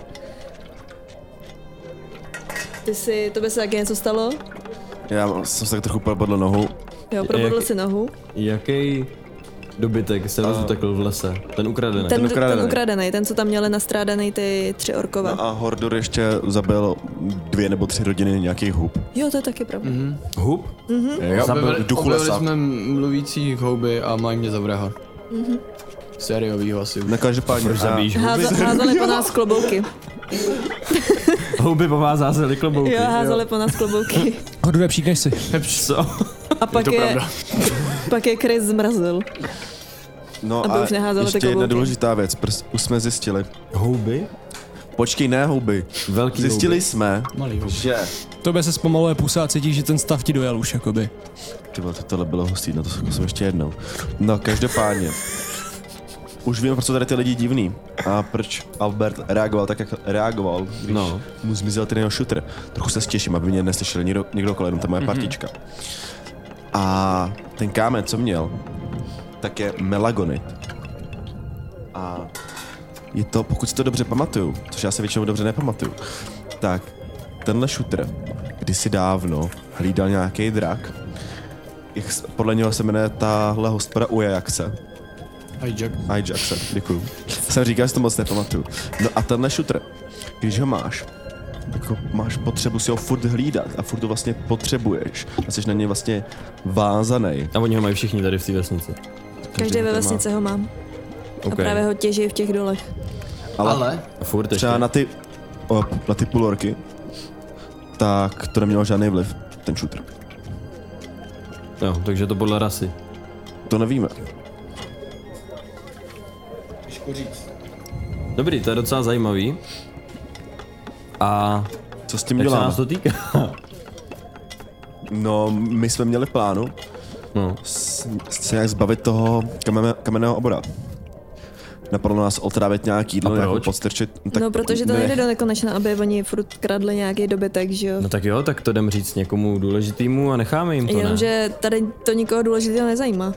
Ty si, to by se taky něco stalo? já jsem se tak trochu propadl nohu. Jo, probudl Jak- si nohu. Jaký dobytek se rozutekl v lese? Ten ukradený. No Ten, ukradený. ten ukradený, ten, co tam měli nastrádaný ty tři orkové. No A Hordur ještě zabil dvě nebo tři rodiny nějakých hub. Jo, to je taky pravda. Mhm. Mm-hmm. Hub? Jo, Objevili- v duchu objevili lesa. jsme mluvící houby a mají mě zavraha. Mm-hmm. Sériovýho asi No, už. Na No, každopádně. Proč a- zabíjíš hub? házeli po nás klobouky. Houby po vás házely klobouky. Jo, házeli po nás klobouky. Hoduje, přijkneš si. Co? A pak je, pravda. pak je Chris zmrazil. No Aby a už neházeli ty ještě jedna klobouky. důležitá věc, prs, už jsme zjistili. Houby? Počkej, ne houby. Velký Zjistili houby. jsme, Malý houby. že... Tobě se zpomaluje pusa a cítíš, že ten stav ti dojel už, jakoby. Ty vole, to tohle bylo hustý, no to zkusím ještě jednou. No, každopádně. Už vím, proč jsou tady ty lidi divný a proč Albert reagoval tak, jak reagoval, když no. No. mu zmizel ten jeho šutr. Trochu se stěším, aby mě neslyšel někdo, někdo kolem, jenom ta moje partička. A ten kámen, co měl, tak je melagonit. A je to, pokud si to dobře pamatuju, což já se většinou dobře nepamatuju, tak tenhle šutr kdysi dávno hlídal nějaký drak. Jak, s- podle něho se jmenuje tahle hospoda u Ajaxe. Hijack. Ajaxe, děkuju. Jsem říkal, že si to moc nepamatuju. No a tenhle šutr, když ho máš, jako máš potřebu si ho furt hlídat a furt to vlastně potřebuješ. A jsi na něj vlastně vázaný. A oni ho mají všichni tady v té vesnici. Každé ve to má. vesnice ho mám. A OK. právě ho těží v těch dolech. Ale, Ale A furt ještě. třeba na ty, o, na ty půlorky, tak to nemělo žádný vliv, ten shooter. Jo, takže to podle rasy. To nevíme. Dobrý, to je docela zajímavý. A Co s tím jak se děláme? nás to týká? No, my jsme měli v plánu No. s- se nějak zbavit toho kamene, kamenného obora. Napadlo nás otrávit nějaký jídlo, A nějakou proč? podstrčit. Tak no, protože to ne- nejde do nekonečna, aby oni furt kradli nějaký dobytek, že jo? No tak jo, tak to jdem říct někomu důležitýmu a necháme jim to, ne? Jenomže tady to nikoho důležitého nezajímá.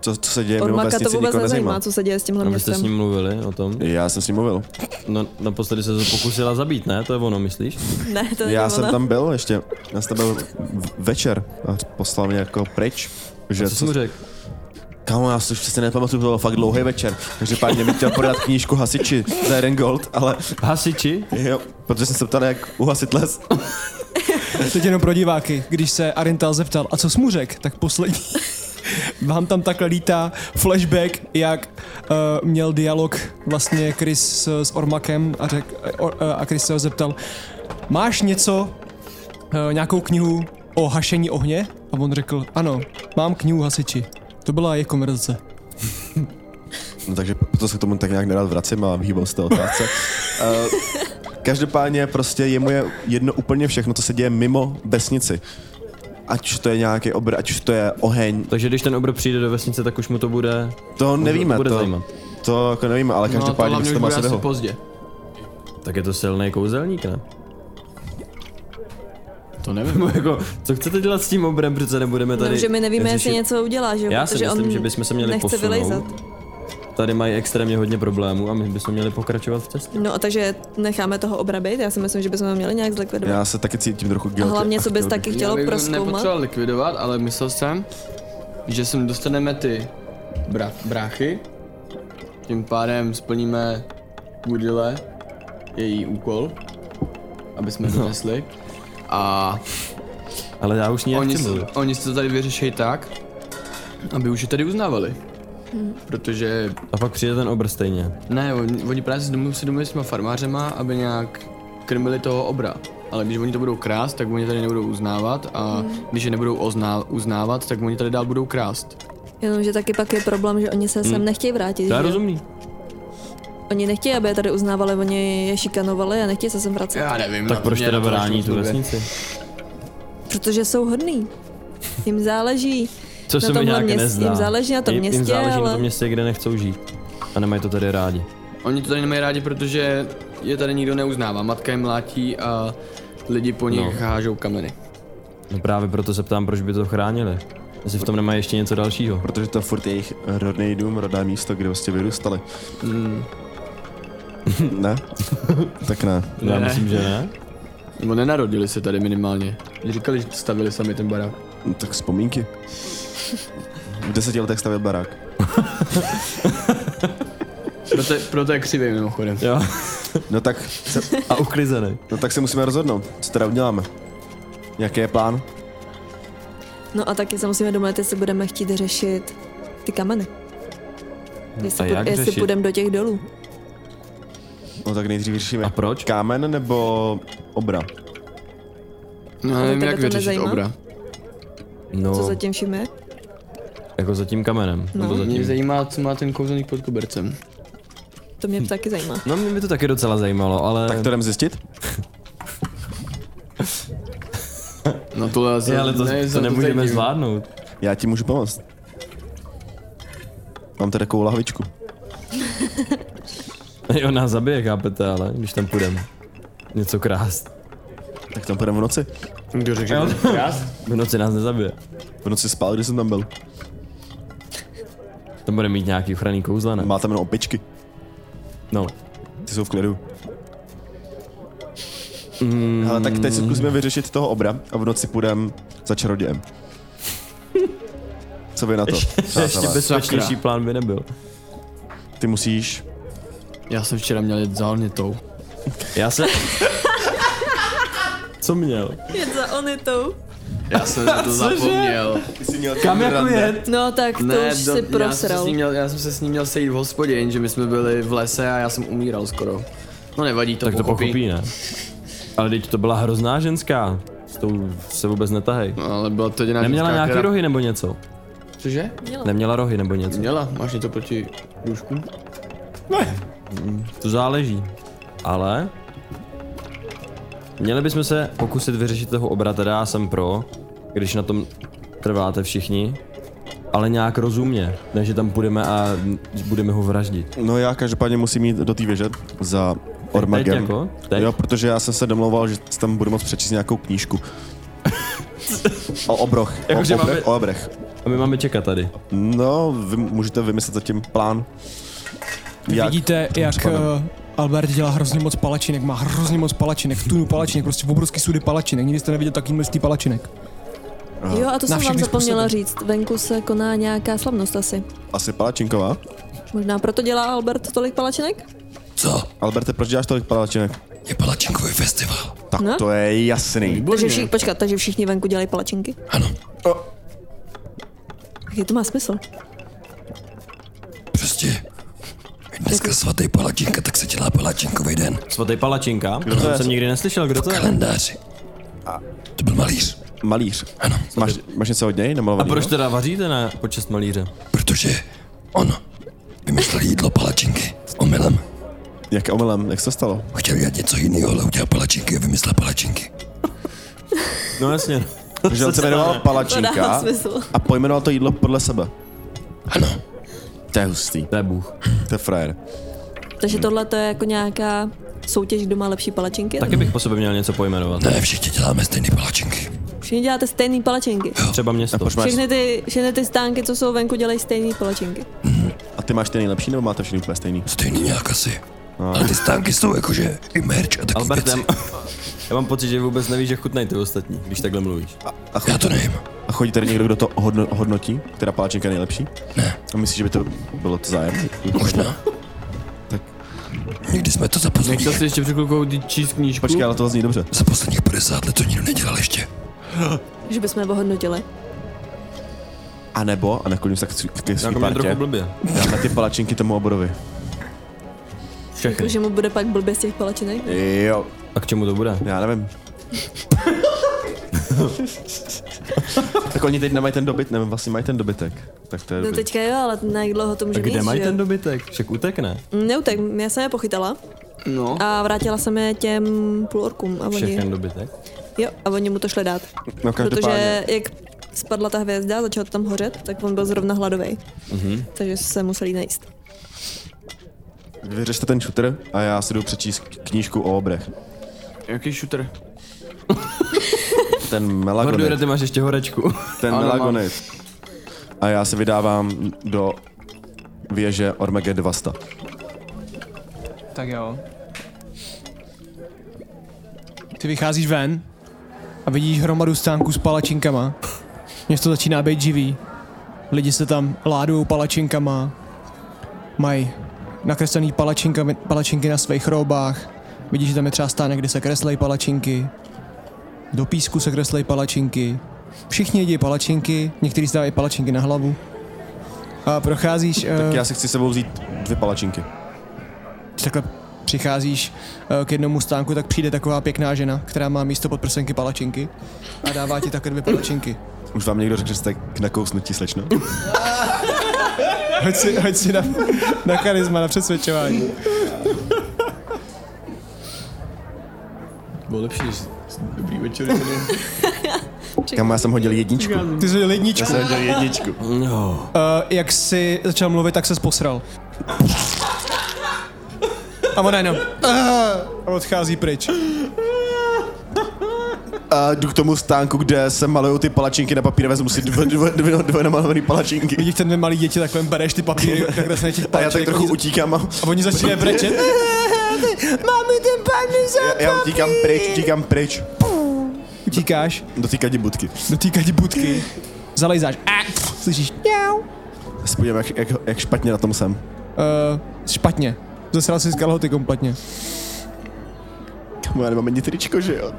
Co, co se děje mimo Ormaka to vesnici, vůbec nikoho nezajímá, nezajímá. co se děje s tímhle No, vy jste s městem. ním mluvili o tom? Já jsem s ním mluvil. No, naposledy se to pokusila zabít, ne? To je ono, myslíš? Ne, to není Já jsem ono. tam byl ještě, já jsem tam byl v- večer a poslal mě jako pryč. Že Co jsi mu řekl? Kámo, já si už přesně nepamatuju, to byl fakt dlouhý večer. Každopádně bych chtěl prodat knížku Hasiči za jeden gold, ale Hasiči? jo, protože jsem se ptal, jak uhasit les. Teď jenom pro diváky, když se Arintal zeptal, a co jsi mu řek, tak poslední vám tam takhle lítá flashback, jak uh, měl dialog vlastně Chris s, s Ormakem a, řek, uh, a Chris se ho zeptal, máš něco, uh, nějakou knihu o hašení ohně? A on řekl, ano, mám knihu hasiči. To byla jeho konverzace. No, takže proto se k tomu tak nějak nerad vracím a vyhýbám se té otázce. Eh, Každopádně prostě jemu je jedno úplně všechno, co se děje mimo vesnici. Ať už to je nějaký obr, ať už to je oheň, Takže když ten obr přijde do vesnice, tak už mu to bude... to nevíme, bude to, zajímat. to jako nevíme, ale no, to každopádně no, hlavně to už tam bude asi asi vyhl. pozdě. Tak je to silný kouzelník, ne? To nevím. Jako, co chcete dělat s tím obrem, protože nebudeme No, tady... že my nevíme, jestli řešit- něco udělá, že jo? Já si Protože myslím, on že bychom se měli nechce posunout. vylejzat. Tady mají extrémně hodně problémů a my bychom měli pokračovat v cestě. No a takže necháme toho obrabit, já si myslím, že bychom ho měli nějak zlikvidovat. Já se taky cítím trochu A guilty. hlavně, Ach, co bys guilty. taky chtělo bych proskoumat. nepotřeboval likvidovat, ale myslel jsem, že sem dostaneme ty bra- bráchy. Tím pádem splníme Woodyle její úkol, aby jsme No. to nesli. A Ale já už nijak oni, nechci si, mluvit. oni si to tady vyřeší tak, aby už je tady uznávali. Protože A pak přijde ten obr stejně. ne, oni, oni právě si domluví, si domluví s těma farmářema, aby nějak krmili toho obra. Ale když oni to budou krást, tak oni tady nebudou uznávat a když je nebudou ozná, uznávat, tak oni tady dál budou krást. Jenomže taky pak je problém, že oni se Hmm. sem nechtějí vrátit. To že je jo? rozumný. Oni nechtějí, aby je tady uznávali, oni je šikanovali a nechtějí se sem vracet. Já nevím. Tak proč teda brání tu vesnici? vesnici? Protože jsou hodný. Jim záleží. Co Na se mi tomhle nějak městě- nezdá. jim záleží na tom Jim- Jim městě, záleží na ale- tom městě, kde nechcou žít. A nemají to tady rádi. Oni to tady nemají rádi, protože je tady nikdo neuznává. Matka je mlátí a lidi po nich No. no. hážou kameny. No právě proto se ptám, proč by to chránili. Jestli v tom nemají ještě něco dalšího. Protože to je furt jejich rodný dům, rodné místo, kde vlastně vyrůstali. Mm. ne? tak ne. Já Ne. myslím, že ne. Nebo nenarodili se tady minimálně. Říkali, že stavili sami ten barák. No, tak vzpomínky. V deseti letech stavět barák. Proto, je- proto je křivý mimochodem. Jo. No tak, se, A uklizený. no tak se musíme rozhodnout, co teda uděláme. Jaký je plán? No a taky se musíme domluvit, jestli budeme chtít řešit ty kameny. Jestli, Hmm. a půj- jak jestli řešit? půjdeme do těch dolů. No tak nejdřív vyřešíme. A proč? Kámen nebo obra? No, Ale nevím, tebe jak to vyřešit nezajímá? obra. Co No, zatím vším je? jako za tím kamenem. No. Nebo za Mě tím. zajímá, co má ten kouzelník pod kobercem. To mě taky zajímá. No mě by to taky docela zajímalo, ale... Tak to jdem zjistit? No tohle Je, ale to, ne, to za nemůžeme zajímá. zvládnout. Já ti můžu pomoct. Mám tady takovou lahvičku. Jo, nás zabije, chápete, ale když tam půjdeme. Něco krást. Tak tam půjdeme v noci. Kdo řekl, že to je krást? V noci nás nezabije. V noci spál, když jsem tam byl. To bude mít nějaký ochranný kouzla, ne? Má tam jenom opičky. No. Ty jsou v klidu. Mm. Ale tak teď si zkusíme vyřešit toho obra a v noci půjdem za čarodějem. Co vy na to? Ještě přátelé? bezpečnější plán by nebyl. Ty musíš... Já jsem včera měl jet za hornitou. Já se... Co měl? Jet za onitou. Já jsem na to zapomněl. Ty jsi měl Kam jako rande. jet? No tak to Ne, už do, si já, jsem se s prosral. ním měl, já jsem se s ním měl sejít v hospodě, jenže my jsme byli v lese a já jsem umíral skoro. No nevadí, to Tak to pochopí. pochopí, ne? Ale teď to byla hrozná ženská. S tou se vůbec netahej. No, ale byla to jediná Neměla ženská, nějaký která- rohy nebo něco? Cože? Neměla rohy nebo něco? Měla, máš něco proti dušku? To záleží. Ale... Měli bychom se pokusit vyřešit toho obra, teda já jsem pro, když na tom trváte všichni, ale nějak rozumně, ne, že tam půjdeme a budeme ho vraždit. No já každopádně musím jít do té věže za Teď Ormagem. jako? Teď? Jo, protože já jsem se domlouval, že si tam budu moct přečíst nějakou knížku. o obroch. Jako, o, že obrech, máme- o obrech. A my máme čekat tady. No, vy můžete vymyslet zatím plán. Jak? Vidíte, jak případem. eh, Albert dělá hrozně moc palačinek, má hrozně moc palačinek, tunu palačinek, prostě obrovský sudy palačinek, nikdy jste neviděl taký množství palačinek. Jo, a to jsem vám všechny zapomněla způsoby. říct. Venku se koná nějaká slavnost asi. Asi palačinková. Možná proto dělá Albert tolik palačinek? Co? Alberte, proč děláš tolik palačinek? Je palačinkový festival. Tak No. to je jasný. Takže vši- počkat, takže všichni venku dělají palačinky? Ano. Jaký to má smysl? Prostě. je Dneska svatý palačinka, tak se dělá palačinkový den. Svatý Palačinka? Kdo to je? jsem nikdy neslyšel, kdo V to je? kalendáři. To byl malíř. Malíř. Ano. Máš, máš něco od něj A namalovaný? proč teda vaříte na počest malíře? Protože on vymyslel jídlo palačinky. Omylem. Jak omylem, jak se to stalo? Chtěl dělat něco jiného, ale udělal palačinky a vymyslel palačinky. No jasně. Že on se jmenoval To dává palačinka smysl. a pojmenoval to jídlo podle sebe. Ano. To je hustý. To je Bůh. To je frajer. Takže tohle to je jako nějaká soutěž, kdo má lepší palačinky? Taky bych po sobě měl něco pojmenovat. Ne, všichni děláme stejné palačinky. Všichni děláte stejný palačinky. Třeba město. Proč máš, Všechny ty, všechny ty stánky, co jsou venku, dělají stejný palačinky. a ty máš ty nejlepší, nebo máte všechny úplně stejný? Stejný nějak asi. Ale ty stánky jsou jakože i merch a taky Albertem. věci. Já mám pocit, že vůbec nevíš, jak chutnají ty ostatní, když takhle mluvíš. Jako Já to nevím. A chodí tady někdo, kdo to hodno, hodnotí, která palačinka je nejlepší? Ne. A myslíš, že by to bylo to zájem? Možná. Tak. Nikdy jsme to za Nechtěl posledních, jsi ještě před chvilkou jít číst knížku? Počkej, ale to zní dobře. za posledních 50 let to nikdo nedělal ještě. Že bychom je ohodnotili. A nebo, a nakonec tak k- ke svý Jako mě trochu partě, blbě. dáme ty palačinky tomu oborovi. Všechny. Takže mu bude pak blbě z těch palačinek. Jo, A k čemu to bude? já nevím. tak oni teď nemají ten dobyt, nevím, vlastně mají ten dobytek. Tak to je No dobrý. teďka jo, ale na jak dlouho to může Kde mít, mají že? ten dobytek? Však utekne. Neutek, já jsem je pochytala No. a vrátila jsem je těm půlorkům a oni, Všechen dobytek. jo, a oni mu to šli dát. No Protože každopádně. jak spadla ta hvězda, začalo to tam hořet, tak on byl zrovna hladový. Mhm. Mm-hmm. Takže se museli najíst. Vyřešte ten šutr a já si jdu přečíst knížku o obrech. Jaký šutr? Ten melagonit. Hordure, ty máš ještě horečku. Ten Ano, mám. melagonit. A já se vydávám do věže Ormege Devasta. Tak jo. Ty vycházíš ven a vidíš hromadu stánků s palačinkama. Město začíná být živý. Lidi se tam ládujou palačinkama. Mají nakreslený palačinka, palačinky na svých roubách. Vidíš, že tam je třeba stánek, kde se kreslejí palačinky. Do písku se kreslejí palačinky. Všichni jedí palačinky, někteří si dávají palačinky na hlavu. A procházíš... eh, Tak já si chci s sebou vzít dvě palačinky. když takhle přicházíš eh, k jednomu stánku, tak přijde taková pěkná žena, která má místo pod prsenky palačinky a dává ti takhle dvě palačinky. Už vám někdo řekl, že jste k nakousnutí, slečno? Hoď si, hoď si na, na charisma, na přesvědčování. Bylo lepší, než dobrý večer. Kam já jsem hodil jedničku. Ty jsi ledničku. Jsem hodil jedničku. No. Uh, jak jsi začal mluvit, tak se posral. A ona jenom uh, a odchází pryč. A jdu k tomu stánku, kde se malují ty palačinky na papír, vezmu si dvě, dvě, dvě, dvě namalované palačinky. Vidíš ten dvě malý děti, takhle bereš ty papíry, takhle se na těch A já tak palačinek trochu oni- utíkám a A oni začínají brečet. Máme ten pan já, já utíkám pryč, utíkám pryč. Utíkáš? Do té kadibudky. dotýkat ti budky, zalejzáš, a, slyšíš, mňau. Se podívám, jak, jak, jak, špatně na tom jsem. Eh, Uh, špatně. Zasral si z kalhoty kompletně. No, já nemám ani tričko, že jo?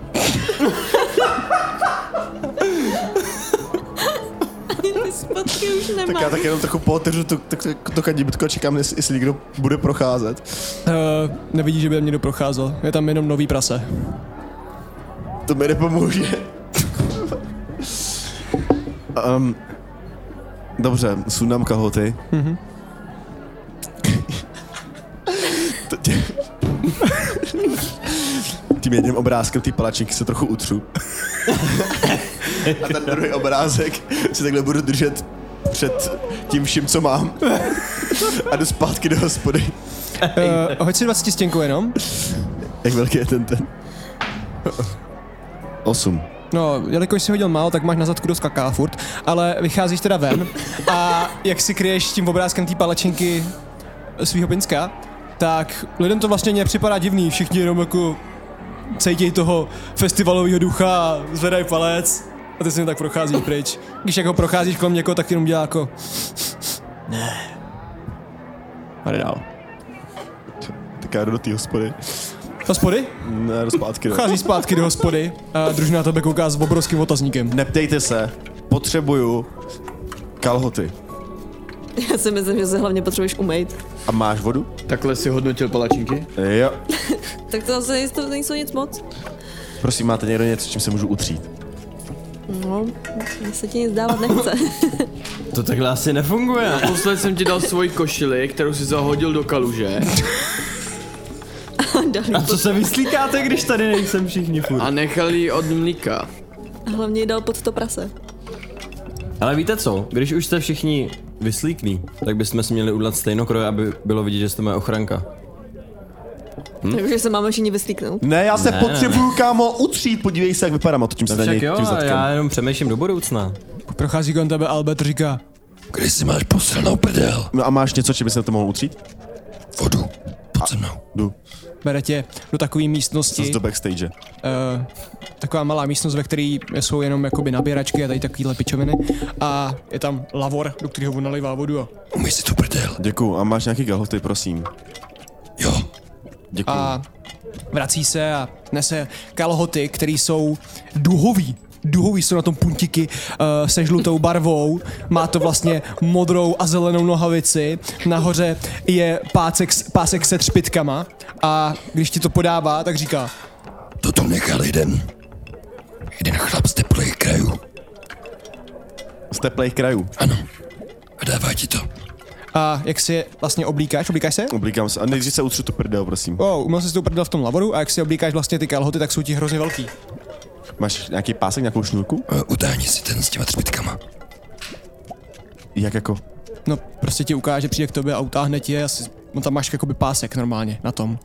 Ty spotky už Tak já nemám. tak jenom trochu pootevřu to, to, to, to kadibitko a čekám, jestli, jestli někdo bude procházet. Uh, nevidí, že by tam někdo procházel. Je tam jenom nový prase. To mi nepomůže. um, dobře, sundám kalhoty. To tě... Tím jedním obrázkem ty palačinky se trochu utřu. A ten druhý obrázek si takhle budu držet před tím vším, co mám. A jdu zpátky do hospody. Uh, hoď si 20 stěnku jenom. Jak velký je ten ten? Osm. No, jelikož jsi hodil málo, tak máš na zadku dost kaká furt, ale vycházíš teda ven a jak si kryješ tím obrázkem té palačinky svýho pinska, tak lidem to vlastně nepřipadá divný, všichni jenom jako cítí toho festivalového ducha a zvedají palec a ty se jen tak procházíš pryč. Když jako procházíš kolem někoho, tak jenom dělá jako ne. A jde dál. Tak já jdu do té hospody. Hospody? Ne, jdu zpátky. No. Prochází zpátky do hospody a družina na tebe kouká s obrovským otazníkem. Neptejte se, potřebuju kalhoty. Já si myslím, že se hlavně potřebuješ umýt. A máš vodu? Takhle si hodnotil palačinky? Jo. Tak to zase nejsou, nejsou nic moc. Prosím, máte někdo něco, čím se můžu utřít? No, mně se ti nic dávat nechce. To takhle asi nefunguje. Posled jsem ti dal svoji košili, kterou si zahodil do kaluže A co se vyslíkáte, když tady nejsem všichni furt? a nechal ji od mlíka. A Hlavně ji dal pod to prase. Ale víte co, když už jste všichni vyslíklí, tak bychom si měli udělat stejnokroje, aby bylo vidět, že jste moje ochranka. Hm? Takže se máme všichni vyslíknout. Ne, já se Ne, No potřebuju, kámo, utřít. Podívej se, jak vypadám. A to tím se na něj Však jo, tím a zadkem. já jenom přemýšlím do budoucna. Prochází kolem tebe Albert říká, Když si máš posranou prdel, No a máš něco, čím by se to mohl utřít? vodu, pod se mnou. Jdu bere tě do takové zase místnosti, do backstage. uh, taková malá místnost, ve které jsou jenom jakoby nabíračky a tady takovýhle pičoviny a je tam lavor, do kterého on nalivá vodu a, Umíš si tu prdel. Děkuju. A máš nějaký kalhoty, prosím. Jo, Děkuju. a vrací se a nese kalhoty, které jsou duhový. Duhový jsou na tom puntiky uh, se žlutou barvou, má to vlastně modrou a zelenou nohavici, nahoře je pásek, s- pásek se třpitkama a když ti to podává, tak říká to tu nechal jeden. Jeden chlap z teplých krajů. Z teplých krajů. Ano. A dává ti to. a jak si je vlastně oblíkáš, oblíkáš se? Oblíkám se. A nejdřív se utřu tu prdel, prosím. Wow, uměl jsi to prdel v tom lavoru a jak si oblíkáš vlastně ty kalhoty, tak jsou ti hrozně velký. Máš nějaký pásek, nějakou šňůrku? E, Utáhni si ten s těma třpitkama. Jak jako? No, prostě ti ukáže, přijde k tobě a utáhne ti je, asi, no tam máš jakoby pásek normálně na tom.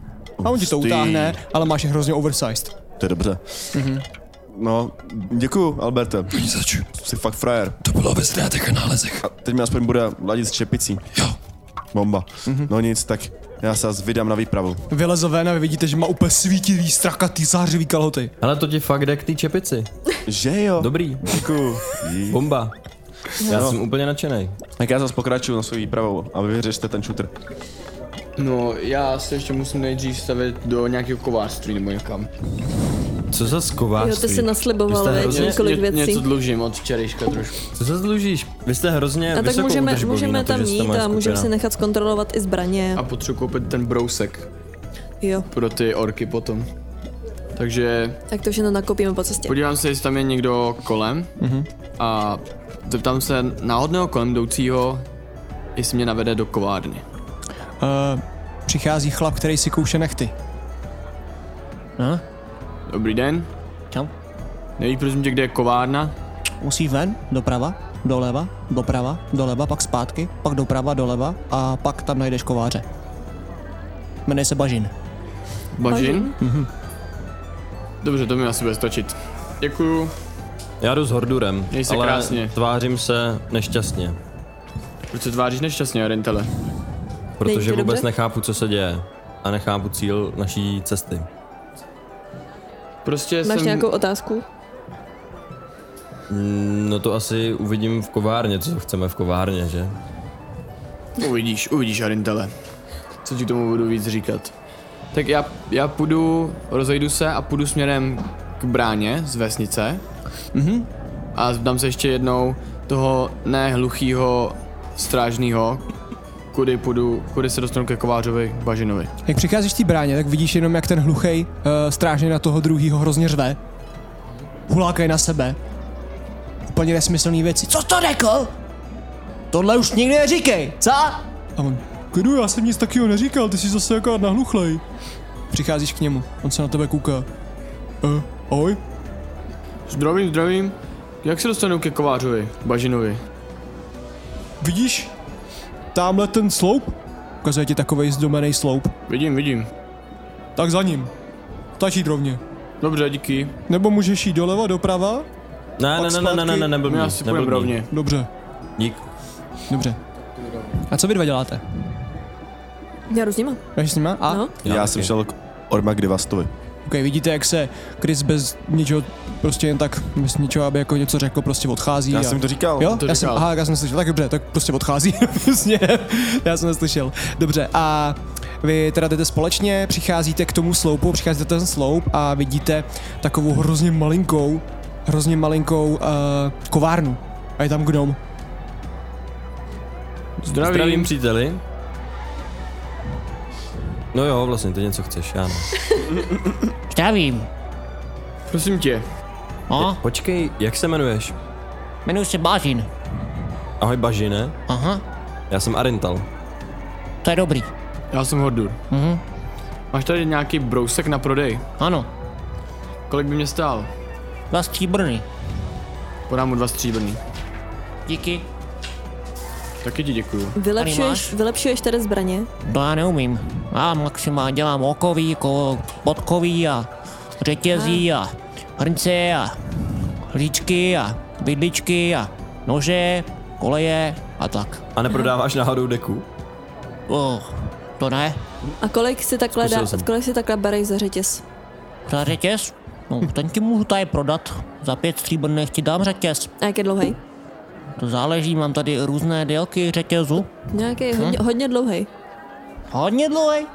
A on ti to Hustý. utáhne, ale máš je hrozně oversized. To je dobře. No, děkuju, Alberte. Ani zač. Jsi fakt frajer. To bylo ve ztrátech a nálezech. A teď mi aspoň bude ladit s čepicí. Jo, Bomba. No nic, tak já se zase vydám na výpravu. Vyleze ven a vy vidíte, že má úplně svítivý, strakatý, zářivý kalhoty. Ale to ti fakt jde k té čepici. Že jo? Dobrý, Děkuju. Jí. bomba. Já No. jsem úplně nadšený. Tak já zase pokračuju na svou výpravou a vy vyřešte ten šutr. No, já se ještě musím nejdřív stavit do nějakého kovářství nebo někam. Co za skovářství? Jo, ty jsi nasliboval, Vy jste veď, hrozně- několik věcí. něco dlužím od včerejška trošku. Co se dlužíš? Vy jste hrozně A tak vysokou můžeme, údržbový na můžeme to, tam že jste jít moje a můžeme si skupina. nechat zkontrolovat i zbraně. A potřebuji koupit ten brousek Jo, pro ty orky potom. Takže tak to všechno nakoupíme po cestě. podívám se, jestli tam je někdo kolem mm-hmm. a zeptám se náhodného kolem jdoucího, jestli mě navede do kovárny. Uh, přichází chlap, který si kouše nechty. Dobrý den. Čau. Nevíš, prosím tě, kde je kovárna? Musí ven, doprava, doleva, doprava, doleva, pak zpátky, pak doprava, doleva a pak tam najdeš kováře. Jmenuje se Bažin. Bažin? Mhm. Dobře, to mi asi bude stačit. Děkuju. Já jdu s hordurem, Měj se ale krásně. tvářím se nešťastně. Proč se tváříš nešťastně, Rentele? Není Protože ti vůbec dobře? nechápu, co se děje. A nechápu cíl naší cesty. Prostě Máš jsem... nějakou otázku? Mm, No to asi uvidím v kovárně, co chceme v kovárně, že? Uvidíš, uvidíš, Arintele. Co ti k tomu budu víc říkat? Tak já, já půjdu, rozejdu se a půjdu směrem k bráně z vesnice. Mhm. A zeptám se ještě jednou toho nehluchýho strážného, kudy půjdu, kudy se dostanu ke kovářovi k Bažinovi. Jak přicházíš k té bráně, tak vidíš jenom, jak ten hluchej uh, strážně na toho druhýho hrozně řve. Hulákaj na sebe. Úplně nesmyslný věci. Co to řekl? Tohle už nikdy neříkej, co? A on, klidu, já jsem nic takového neříkal, ty jsi zase jako jaká nahluchlej. Přicházíš k němu, on se na tebe kouká. Uh, ahoj, Zdravím, zdravím. Jak se dostanu ke kovářovi, k Bažinovi? vidíš? Tamhle ten sloup? Ukazuje ti takovej zdomený sloup. Vidím, vidím. Tak za ním. Stačí rovně. Dobře, díky. Nebo můžeš jít doleva, doprava? Ne, ne, Pak ne, ne, ne, ne, zpátky. ne, nebyl My asi půjdeme nebyl rovně. Dobře, Dík. dobře. A co vy dva děláte? Já jdu s nima. Jdeš s nima? A? No. Já, Já jsem taky. šel k Orma Gdevastovi. Ok, vidíte, jak se Chris bez ničeho, prostě jen tak, bez ničeho, aby jako něco řekl, prostě odchází. Já a... jsem to říkal. Jo, to já jsem, říkal. aha, já jsem neslyšel, tak dobře, tak prostě odchází, prostě, já jsem neslyšel. Dobře, a vy teda jdete společně, přicházíte k tomu sloupu, přicházíte na ten sloup a vidíte takovou hrozně malinkou, hrozně malinkou uh, kovárnu. A je tam gnom. Zdravím. Zdravím, příteli. No jo, vlastně, ty něco chceš, já ne. Štávím. Prosím tě. No, Počkej, jak se jmenuješ? jmenuji se Bážin. Ahoj Bažine, Aha, já jsem Arintal. to je dobrý. Já jsem Hordur. Mhm. Máš tady nějaký brousek na prodej? Ano, Kolik by mě stál? dva stříbrny. Podám mu dva stříbrný. Díky. Taky ti děkuju. Vylepšuješ, máš? vylepšuješ tady zbraně. To já neumím. Já maximálně dělám okový, ko, podkový a řetězí a hrnce a hlíčky a vidličky a nože, koleje a tak. A neprodáváš náhodou deku? Oh, to ne. A kolik si takhle, Zkusil dá, jsem. kolik si takhle bereš za řetěz? Za řetěz? No, ten ti můžu tady prodat. Za pět stříbrných ti dám řetěz. A jak je dlouhý? To záleží, mám tady různé délky řetězu. Hm? Nějaký hodně, hodně dlouhý. Hodně dlouhý.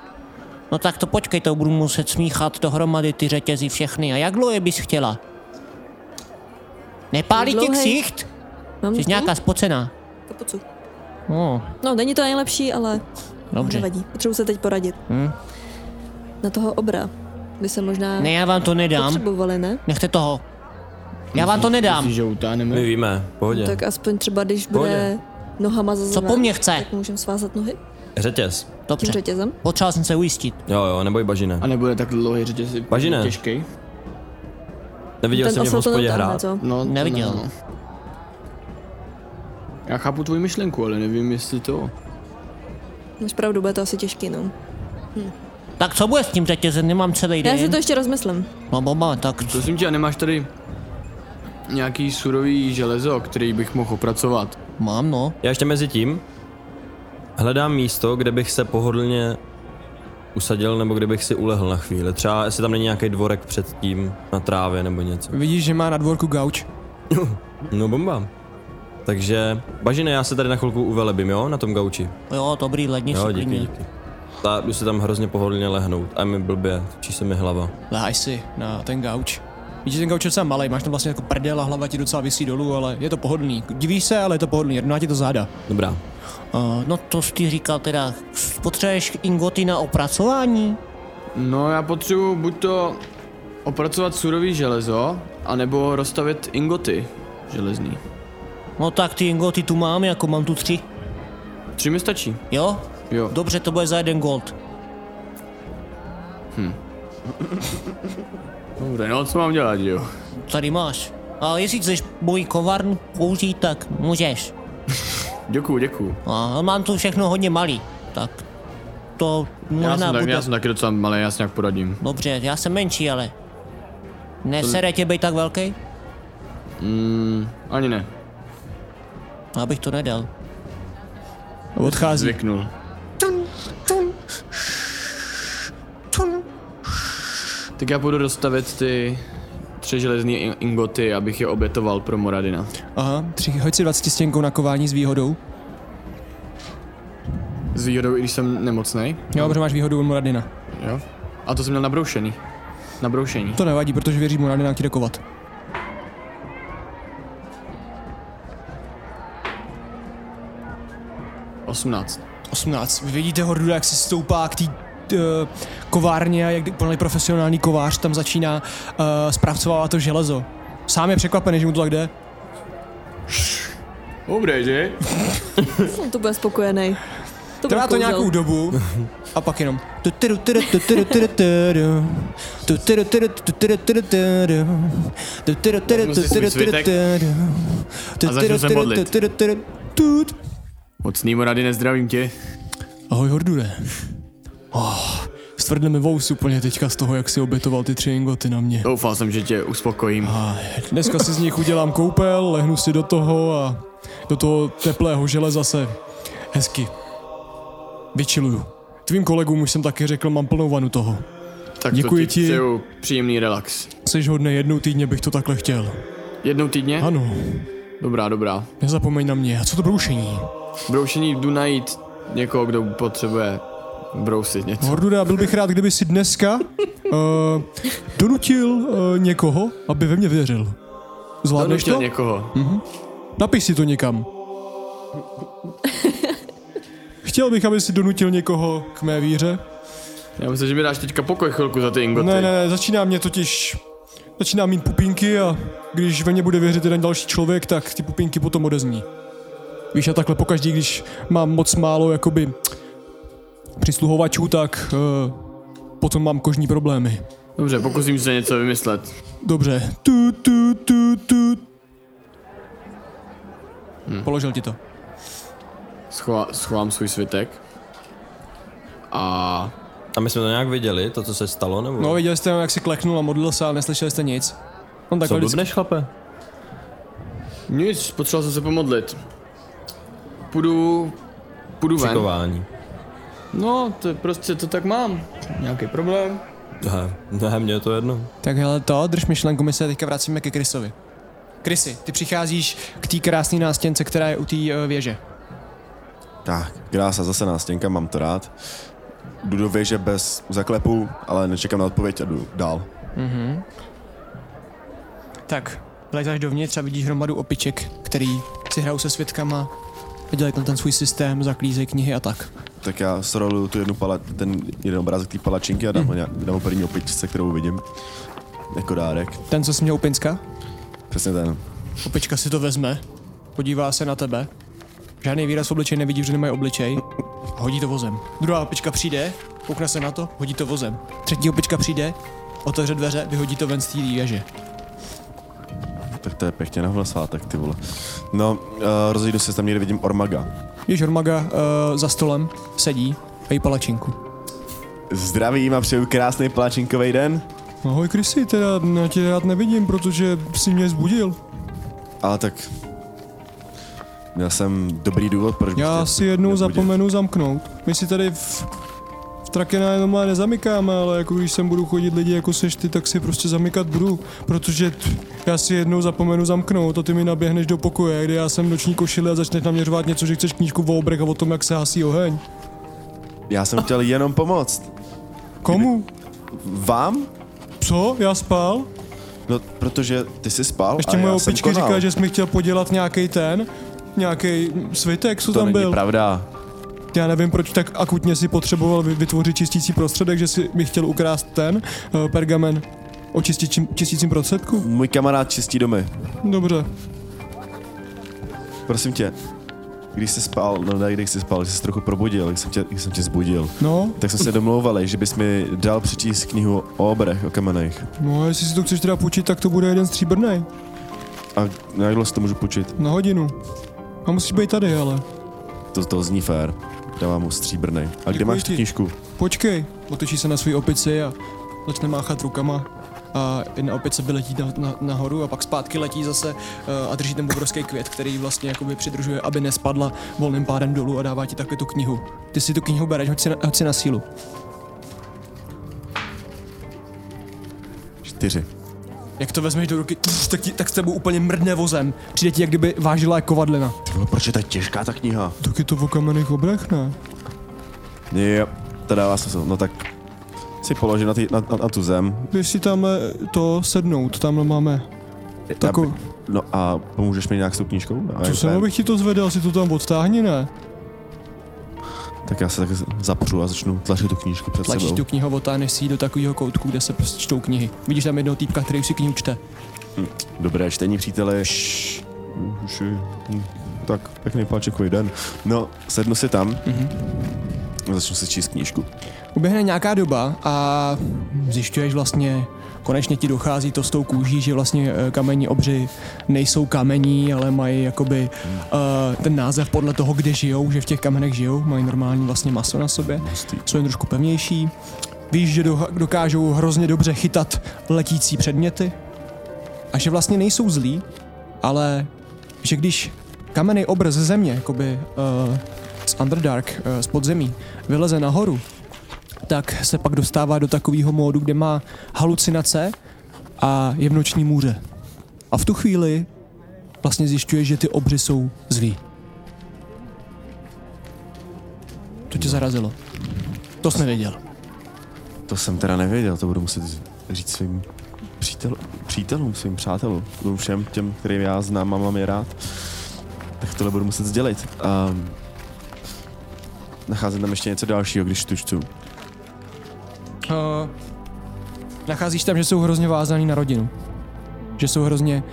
No tak to počkej, to budu muset smíchat dohromady ty řetězy všechny. A jak dlouhé bys chtěla? Nepálí ti Dlouhej. ksicht? Mám Jsi nějaká spocená. kapucu. No, No, není to nejlepší, ale dobře. nevadí. Potřebuji se teď poradit. Hm. Na toho obra by se možná Ne, já vám to nedám. potřebovali, ne? Nechte toho. Já vám to nedám. Myslíš, že utáneme? My víme, pohodě. No Tak aspoň třeba, když Pohodě. bude nohama za Co zem, po mně chce? tak můžeme svázat nohy Řetěz. tím Dobře. řetězem. Potřeboval jsem se ujistit. Jo, jo, neboj Bažine. A nebude tak dlouhý řetěz Bažine. těžký? Neviděl jsem tě v osel to hospodě netáhne, hrát. co? No, to Neviděl. ne, no. Já chápu tvoji myšlenku, ale nevím, jestli to... Máš pravdu, bude to asi těžký, no. Tak co bude s tím řetězem? Nemám celý Já si den. to ještě rozmyslím. No bomba, tak Prosím tě, a nemáš tady nějaký surový železo, který bych mohl opracovat? mám no. Já ještě mezi tím hledám místo, kde bych se pohodlně usadil nebo kde bych si ulehl na chvíli. Třeba jestli tam není nějaký dvorek před tím na trávě nebo něco. Vidíš, že má na dvorku gauč. No bomba. Takže, Bažine, já se tady na chvilku uvelebím, jo, na tom gauči. Jo, dobrý, ledni Jo, si díky, klidně. díky. Ta, jdu se tam hrozně pohodlně lehnout a mi blbě, točí se mi hlava. Láháš si na ten gauč. Vidíš, že ten gauč je docela malý, máš tam vlastně jako prdel a hlava ti docela vysí dolů, ale je to pohodlný. Divíš se, ale je to pohodlný, jedná ti to záda. Dobrá. Uh, no to jsi ty říkal teda, potřebuješ ingoty na opracování? No, já potřebuji buď to opracovat surový železo, anebo rozstavit ingoty železný. No tak ty ingoty tu mám, jako mám tu tři. Tři mi stačí. Jo? Jo. Dobře, to bude za jeden gold. Dobře, no co mám dělat, jo? Tady máš. A jestli chceš můj kovárnu použít, tak můžeš. Děkuju, děkuju. A mám tu všechno hodně malý, tak to Já možná jsem, tak, bude... já jsem taky docela malý, já si nějak poradím. Dobře, já jsem menší, ale... Nesere tě být tak velký? Ani ne, Abych to nedal. A odchází. zvyknul. Tak já půjdu dostavit ty tři železné in- ingoty, abych je obětoval pro Moradina. Aha, tři, hoď si 20 stěnkou na kování s výhodou. S výhodou, i když jsem nemocnej. Jo, protože máš výhodu od Muradina. Jo. A to jsem měl nabroušený. Nabroušení. To nevadí, protože věřím mu, rád nám ti dekovat. Osmnáct. 18. Vy vidíte Horduda, jak se stoupá k té kovárně a jak plný profesionální kovář tam začíná uh, zpracovávat to železo. Sám je překvapený, že mu to tak jde. Dobré, že? On Hm, to bude spokojený. To Trvá to bude nějakou kouzel. dobu a pak jenom tu tyru tyru tu tyru tyru tyru. Tu tyru tyru tu tyru tyru tyru. Tu tyru tyru Vezmu tu si svůj tyru tyru svitek tyru. Tu a začnu tyru se tyru modlit. tu tyru tyru. Tut. Mocnýmu rady nezdravím tě. Ahoj Hordude. Oh, stvrdne mi vous úplně teďka z toho, jak si obětoval ty tři ingoty na mě. Doufal jsem, že tě uspokojím. A dneska si z nich udělám koupel, lehnu si do toho a do toho teplého železa se hezky vyčiluju. Tvým kolegům už jsem taky řekl, mám plnou vanu toho. Tak děkuji to ti. Přeju příjemný relax. Jseš hodnej, jednou týdně bych to takhle chtěl. Jednou týdně? Ano, Dobrá, dobrá. nezapomeň na mě. A co to broušení? Broušení jdu najít někoho, kdo potřebuje brousit něco. Horduda, byl bych rád, kdyby si dneska uh, donutil uh, někoho, aby ve mě věřil. Zvládneš Donutil to? Hm. někoho. Napiš si to někam. Chtěl bych, aby si donutil někoho k mé víře. Já myslím, že mi dáš teďka pokoj chvilku za ty ingoty. Ne, ne, ne, začíná mě totiž... Začíná mít pupínky a když ve mě bude věřit jeden další člověk, tak ty pupínky potom odezní. Víš, a takhle pokaždý, když mám moc málo jakoby přisluhovačů, tak uh, potom mám kožní problémy. Dobře, pokusím se něco vymyslet. Dobře. Tu, tu, tu, tu. Hmm. Položil ti to. Schova- schovám svůj svitek. A A my jsme to nějak viděli, to, co se stalo, nebo? No, viděli jste, jak si kleknul a modlil se, ale neslyšeli jste nic. On co takhle vždycky... blbneš, chlape? nic, potřeboval jsem se pomodlit. Půjdu, půjdu ven. Čikování. No, to je prostě to tak mám. Nějaký problém. Ne, ne, mně je to jedno. Tak hele to, drž myšlenku, my se teďka vracíme ke Krysovi. Krysy, ty přicházíš k té krásné nástěnce, která je u té eh, věže. Tak, krása, zase nástěnka, mám to rád. Jdu do věže bez zaklepu, ale nečekám na odpověď a jdu dál. Tak, vlezáš dovnitř a vidíš hromadu opiček, který si hrajou se světkama a dělají tam ten svůj systém, zaklízejí knihy a tak. Tak já sroluju tu jednu pala, ten jeden obrázek té palačinky a dám, ho Hmm. nějak, dám ho první opičce, kterou vidím. Jako dárek. Ten, co jsi měl u Pinska, Přesně ten. opička si to vezme, podívá se na tebe, žádný výraz v obličeji nevidí, že nemají obličej, hodí to vozem. Druhá opička přijde, koukne se na to, hodí to vozem. Třetí opička přijde, otevře dveře, vyhodí to ven z té věže. Tak to je pěkně na svátek, ty vole. No, uh, rozejdu se tam někde, vidím Ormaga. Když Hormaga uh, za stolem sedí a jí palačinku. Zdravím a přeju krásný palačinkový den. Ahoj Krysy, teda já tě rád nevidím, protože si mě zbudil. Ale tak... Měl jsem dobrý důvod, proč bych Já tě si jednou nebudil. zapomenu zamknout. My si tady v, v Trakena jenom nezamykáme, ale jako když sem budou chodit lidi jako seš ty, tak si prostě zamykat budu, protože t, já si jednou zapomenu zamknout a ty mi naběhneš do pokoje, kde já jsem v noční košili a začneš na mě řvát něco, že chceš knížku v obrek a o tom, jak se hasí oheň. Já jsem chtěl jenom pomoct. Komu? Vám? Co? Já spal? No, protože ty jsi spal Ještě a moje já jsem opičky konal. říkala, že jsi mi chtěl podělat nějaký ten, nějaký svitek, co to tam není byl. pravda. Já nevím, proč tak akutně si potřeboval vy- vytvořit čistící prostředek, že si mi chtěl ukrást ten eh, pergamen o čističím, čistícím prostředku. Můj kamarád čistí domy. Dobře. Prosím tě, když jsi spal, no ne, když jsi spal, když jsi se trochu probudil, když jsem tě, když jsem tě zbudil, No, tak jsme se domlouvali, že bys mi dal přečíst knihu o obrech, o kamenech. no, jestli si to chceš teda půjčit, tak to bude jeden stříbrný A na jak dlouho si to můžu půjčit? na hodinu. A musíš být tady, ale. To, to zní fér. Dávám mu stříbrnej. A Děkuji kde máš tu ti. knížku? Počkej, otočí se na svůj opici a začne máchat rukama a jedna opice by letí na, na, nahoru a pak zpátky letí zase eh, a drží ten obrovský květ, který vlastně jakoby přidružuje, aby nespadla volným pádem dolů a dává ti taky tu knihu. Ty si tu knihu bereš, hoď si na, hoď si na sílu. Čtyři. Jak to vezmeš do ruky, tf, tak, ti, tak s tebou úplně mrdne vozem. Přijde ti, jak kdyby vážila jako vadlina. Ty vole, No, proč je tak těžká ta kniha? Tak je to v kamenných obrech, ne? Jo, to dává smysl. No tak si položím na, ty, na, na, na tu zem. Když si tam eh, to sednout, tam máme. Tako, No a pomůžeš mi nějak s tou knížkou? No, co jsem, abych ti to zvedl, si to tam odtáhni, ne? Tak já se tak z- zapřu a začnu tlačit tu knížku před Tlačíš sebou. tu knihu, otáhneš si ji do takového koutku, kde se prostě čtou knihy. Vidíš tam jednoho týpka, který už si knihu čte. Dobré čtení, příteli. Už je- hm. Tak, pěkný páčekový den. No, sednu si tam. A Začnu si číst knížku. Uběhne nějaká doba a zjišťuješ vlastně, konečně ti dochází to s tou kůží, že vlastně eh, kamenní obři nejsou kamení, ale mají jakoby eh, ten název podle toho, kde žijou, že v těch kamenech žijou, mají normální vlastně maso na sobě, jsou jen trošku pevnější. Víš, že doha- dokážou hrozně dobře chytat letící předměty a že vlastně nejsou zlí, ale že když kamenný obr ze země, jakoby uh, z Underdark, uh, z podzemí, vyleze nahoru, tak se pak dostává do takového módu, kde má halucinace a je v noční můře. A v tu chvíli vlastně zjišťuje, že ty obři jsou zlí. To tě zarazilo. To jsi nevěděl. To jsem teda nevěděl, to budu muset říct svým přítel, přítelům, svým přátelům, budu všem těm, kterým já znám a mám je rád. Tak tohle budu muset sdělit. A nacházím tam ještě něco dalšího, když tu čtu. Uh, nacházíš tam, že jsou hrozně vázaný na rodinu. Že jsou hrozně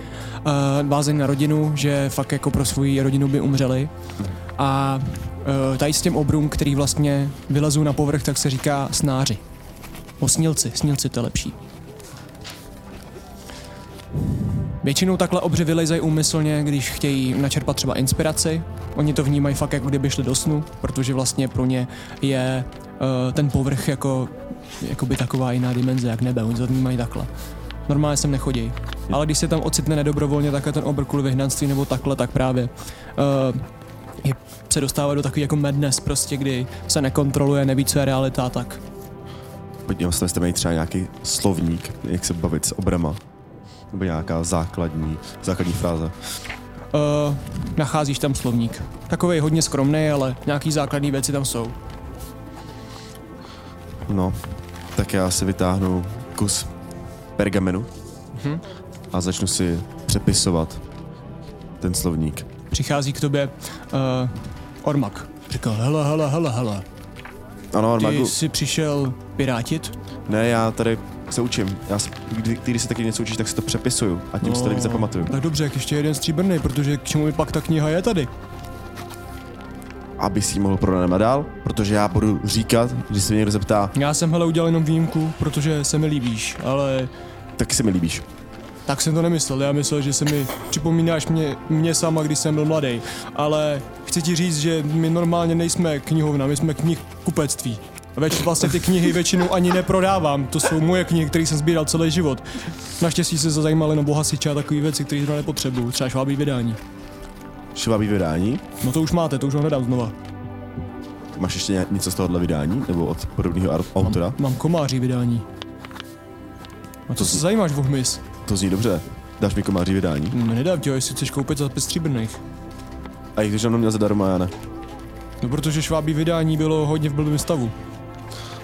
uh, vázaný na rodinu, že fakt jako pro svoji rodinu by umřeli. A uh, tady s těm obrům, který vlastně vylezou na povrch, tak se říká snáři. O snílci, snílci to je lepší. Většinou takhle obři vylezají úmyslně, když chtějí načerpat třeba inspiraci. Oni to vnímají fakt jako kdyby šli do snu, protože vlastně pro ně je eh, ten povrch jako jakoby taková jiná dimenze, jak nebe, oni to vnímají takhle. Normálně sem nechodí. Ale když se tam ocitne nedobrovolně takhle ten obr kvůli vyhnanství nebo takhle, tak právě uh, je, se dostává do takový jako madness prostě, kdy se nekontroluje, neví, co je realita a tak. Podívám se, jestli tam je třeba nějaký slovník, jak se bavit s obrama. Nebo nějaká základní, základní fráze. Uh, nacházíš tam slovník. Takový hodně skromný, ale nějaký základní věci tam jsou. No, tak já si vytáhnu kus pergamenu Mhm. a začnu si přepisovat ten slovník. Přichází k tobě uh, Ormak. Říká, hele, hele, hele, hele, Ano, ty Armagu, jsi přišel pirátit? ne, já tady se učím. Já, s- kdy, když se taky něco učíš, tak si to přepisuju a tím si No. to líp zapamatuju. Tak dobře, jak ještě jeden stříbrný, protože k čemu mi pak ta kniha je tady? Aby si ji mohl prodávat dál, protože já budu říkat, když se mě někdo zeptá, Já jsem hele udělal jenom výjimku, protože se mi líbíš, ale tak se mi líbíš. tak jsem to nemyslel. Já myslel, že se mi připomínáš mě, mě sama, když jsem byl mladý. Ale chci ti říct, že my normálně nejsme knihovna, my jsme knih kupectví. Več, vlastně ty knihy většinou ani neprodávám, to jsou moje knihy, které jsem sbíral celý život. Naštěstí se zajímal jenom o hasiče a takové věci, které zrovna nepotřebuju, třeba švábí vydání. Švabí vydání. No to už máte, to už ho nedám znova. Máš ještě ně- něco z tohohle vydání? Nebo od podobného ar- autora? Mám komáří vydání. A co se zajímáš o hmyz? To zní dobře. Dáš mi komáří vydání? Mm, Nedám ti ho, jestli chceš koupit za pět stříbrných. A i když on měl zadarmo, já ne. No protože švábí vydání bylo hodně v blbém stavu.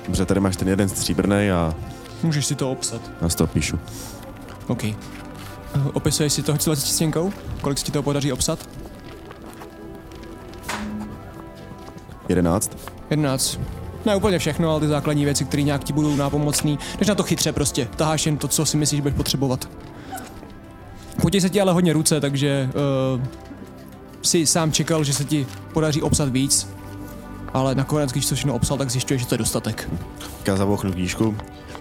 Dobře, tady máš ten jeden stříbrný a Můžeš si to obsat. já z toho píšu. OK. Eh, Opisuješ si to s stěnkou? Kolik se ti toho podaří obsat? 11. 11. Ne úplně všechno, ale ty základní věci, které nějak ti budou nápomocný. Jdeš na to chytře prostě. Taháš jen to, co si myslíš, že budeš potřebovat. Potěj se ti ale hodně ruce, takže uh, si sám čekal, že se ti podaří obsat víc. Ale nakonec, když to všechno obsal, tak zjišťuješ, že to je dostatek. Já zabouchnu knížku.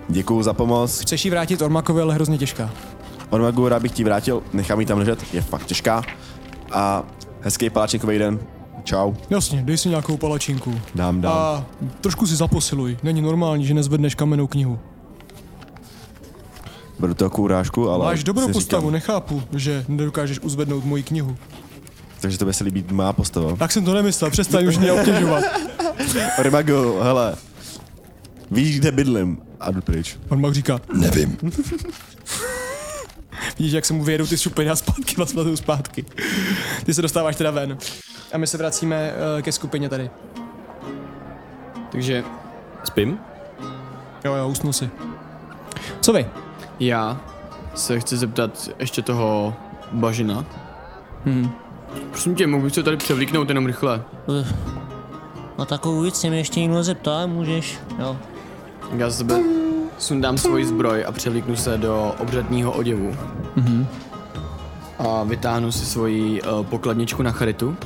Děkuju za pomoc. Chceš ji vrátit Ormakovi, ale hrozně těžká. Ormagu, rád bych ti ji vrátil. Nechám ji tam ležet. Je fakt těžká. A hezký páčenkový den. Čau. Jasně, dej si nějakou palačinku. Dám, dám. A trošku si zaposiluj. Není normální, že nezvedneš kamennou knihu. Beru to jako urážku, ale... Máš dobrou si postavu, říkám, nechápu, že nedokážeš uzvednout moji knihu. Takže tobě se líbí má postava. Tak jsem to nemyslel, přestaň už mě obtěžovat. Ormagu, hele. Víš, kde bydlím? A jdu pryč. On pak říká, Nevím. vidíš, jak se mu vyjedou ty šupiny a zpátky vás vlezou zpátky. Ty se dostáváš teda ven. A my se vracíme eh, ke skupině tady. Takže Spím? Jo, jo, usnu si. Co vy? Já se chci zeptat ještě toho bažina. Hmm. Prosím tě, mohl bych se tady převlíknout jenom rychle. Na takovou věc se mi ještě někdo zeptá, můžeš? Jo. Já z sebe sundám svoji zbroj a převlíknu se do obřadního oděvu. Mm-hmm. A vytáhnu si svoji uh, pokladničku na charitu.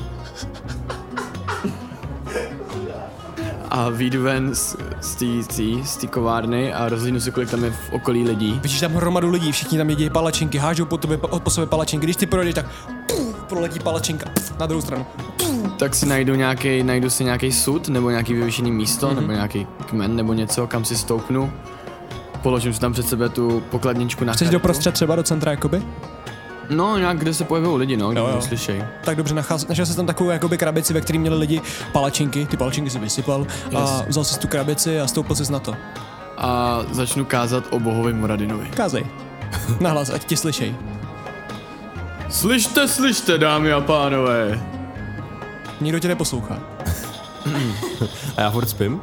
A výjdu ven z- z té- z té- z té kovárny a rozhlídnu si, kolik tam je v okolí lidí. Vidíš tam hromadu lidí, všichni tam jedějí palačinky, hážou po, tobě, po sobě palačinky. Když ty projdeš, tak puf, proletí palačinka puf, na druhou stranu. Tak si najdu nějaký, najdu si nějaký sud, nebo nějaký vyvěšený místo, mm-hmm. Mhm. nebo nějaký kmen, nebo něco, kam si stoupnu. Položím si tam před sebe tu pokladničku na Chceš charitu. do prostřed třeba do centra, jakoby? No, nějak, kde se pojevují lidi, no, Jo, no jo. slyšej. Tak dobře, nacház, našel jsi tam takovou jakoby krabici, ve které měli lidi palačinky, ty palačinky si vysypal a Yes. vzal jsi tu krabici a stoupil jsi na to. A začnu kázat o bohovi Moradinovi. Kázej. Nahlas, ať ti slyšej. Slyšte, slyšte, dámy a pánové. Nikdo tě neposlouchá. A já furt spím?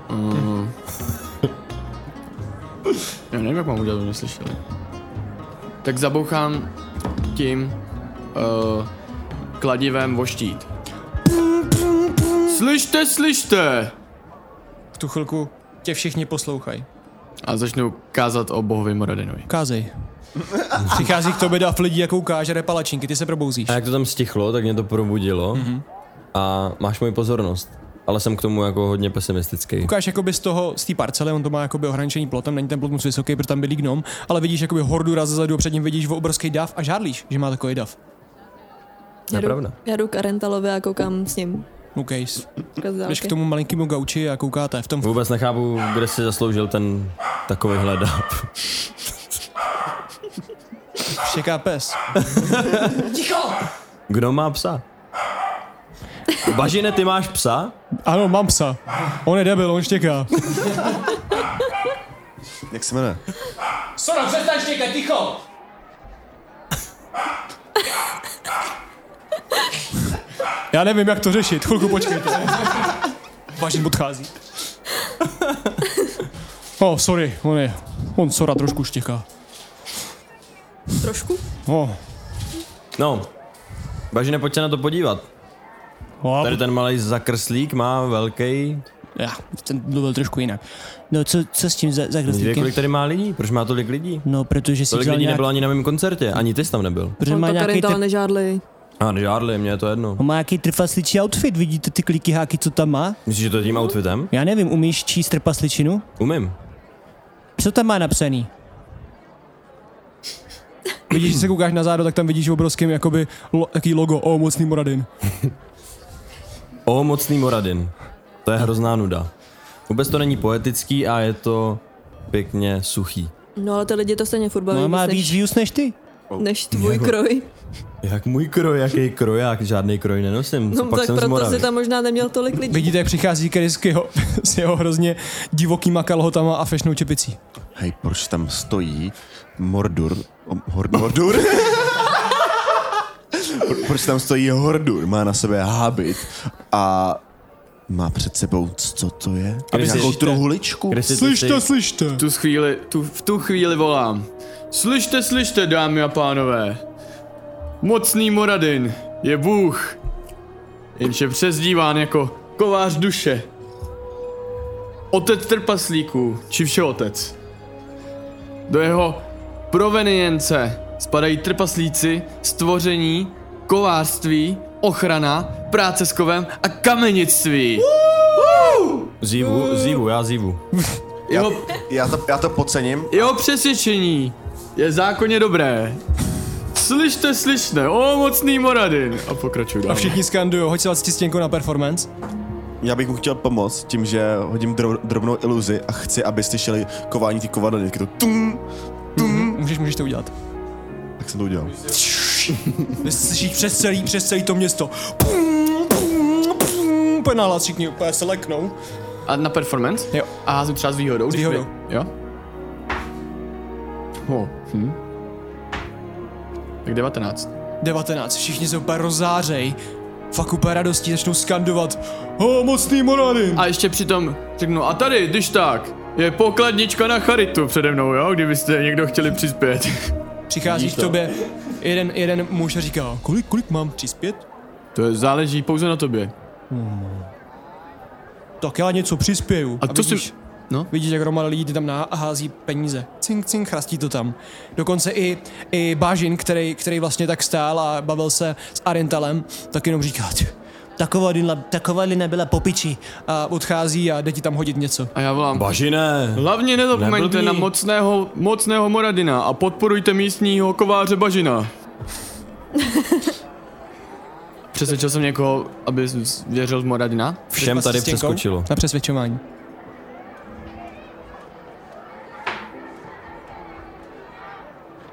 Já nevím, jak mám udělat, aby neslyšeli. Tak zabouchám tím uh, kladivem voštít. Slyšte, slyšte! V tu chvilku tě všichni poslouchají. A začnu kázat o bohovi Moradinovi. Kázej. Přichází k tobě dav lidí, jakou kážere palačinky, ty se probouzíš. A jak to tam stichlo, tak mě to probudilo. Mm-hmm. A máš moji pozornost. Ale jsem k tomu jako hodně pesimistický. Koukáš jakoby z toho, z té parcely, on to má jakoby ohraničený plotem, není ten plot moc vysoký, protože tam bydlí gnom, ale vidíš jakoby hordu raz zezadu a před ním vidíš obrovský dav a žádlíš, že má takový dav. To Já je jdu, pravda. já jdu k Arentalovi a koukám s ním. OK, s- takhle z jdeš dálky. k tomu malinkému gauči a koukáte v tom. Vůbec nechápu, kde si zasloužil ten takový hledap. Čeká pes. Kdo má psa? Bažine, ty máš psa? Ano, mám psa. On je debil, on štěká. Jak se jmenuje? Sora, přestaň štěkat, ticho! Já nevím, jak to řešit, chvilku počkejte. Vážně odchází. Oh, sorry, on je, on sora trošku štěká. Trošku? Oh, No, Bažine, pojď se na to podívat. oh, Tady ten malý zakrslík má velký. já, ten mluvil trošku jinak. Prostě- No co, co s tím za, za Víte, kresníkem? kolik tady má lidí? Proč má tolik lidí? No, protože si Tolik dělal lidí nějak... nebylo ani na mém koncertě, ani ty jsi tam nebyl. Protože On má to nějaký, Arentala tr... nežádli. A nežádli, mě je to jedno. on má nějaký trpasličí outfit, vidíte ty kliky háky, co tam má? Myslíš, že to je tím outfitem? Já nevím, umíš číst trpasličinu? Umím. Co tam má napsaný? Vidíš, když se koukáš na zádo, tak tam vidíš obrovským jakoby lo, taký logo, o, mocný Moradin. O mocný Moradin. To je hrozná nuda. Vůbec to není poetický a je to pěkně suchý. No ale ty lidi to stejně furt baví No, má víc víc než, views než ty. než tvůj kroj. Jak můj kroj, jaký kroják, žádný kroj nenosím, co No pak tak jsem z proto Moravy. si tam možná neměl tolik lidí. Vidíte, jak přichází Keris k jeho, s jeho hrozně divokýma kalhotama a fešnou čepicí. Hej, proč tam stojí Mordur? O, hor, Mordur? Pro- proč tam stojí Hordur? Má na sebe hábit a má před sebou, co to je? Aby Nějakou slyšte. truhličku? Kde jsi ty Slyšte, ty- slyšte! Tu chvíli, tu, v tu chvíli volám. Slyšte, slyšte, dámy a pánové. Mocný Moradin je bůh, jenž je přezdíván jako kovář duše. Otec trpaslíků, či všeotec. Do jeho provenience spadají trpaslíci, stvoření, kovářství, ochrana, práce s kovem a kamenictví. Zívu, zívu, já zívu. Jeho Já to, já to pocením. Jeho přesvědčení je zákonně dobré. Slyšte, slyšte, o mocný Moradin. A pokračuj dál. A všichni skandují, hoď si vlastně stěnku na performance. Já bych mu chtěl pomoct tím, že hodím dro, drobnou iluzi a chci, aby slyšeli kování ty kovadliny. To tum, Můžeš, můžeš to udělat. tak jsem to udělal. Vy slyšíš přes celý, přes celý to město. Pum, pum, pum, úplně nahlas všichni úplně se leknou. A na performance? Jo. A házím třeba s výhodou. S když by- výhodou. Jo. Ho. Hm. Tak 19. 19, všichni se úplně rozářej. Fakt úplně radostí začnou skandovat. O, mocný Moradin! A ještě přitom řeknu, a tady, když tak, Je pokladnička na charitu přede mnou, jo, kdybyste někdo chtěli přispět. Přichází k tobě jeden, jeden muž a říká, kolik, kolik mám přispět? To je, záleží pouze na tobě. Tak já něco přispěju. A to si- vidíš, no? Vidíš, jak hromada lidí jde tam na a hází peníze. Cink, cink, chrastí to tam. Dokonce i, i Bážin, který, který vlastně tak stál a bavil se s Arentalem, tak jenom říká, "Ty, taková linda, taková linda byla popiči. A odchází a jde ti tam hodit něco. A já volám. Bažine! Hlavně nezapomeňte Neblbni. na mocného, mocného Moradina a podporujte místního kováře Bažina. Přesvědčil jsem někoho, aby s- věřil v Moradina? Všem tady S těnkou přeskočilo. Na přesvědčování.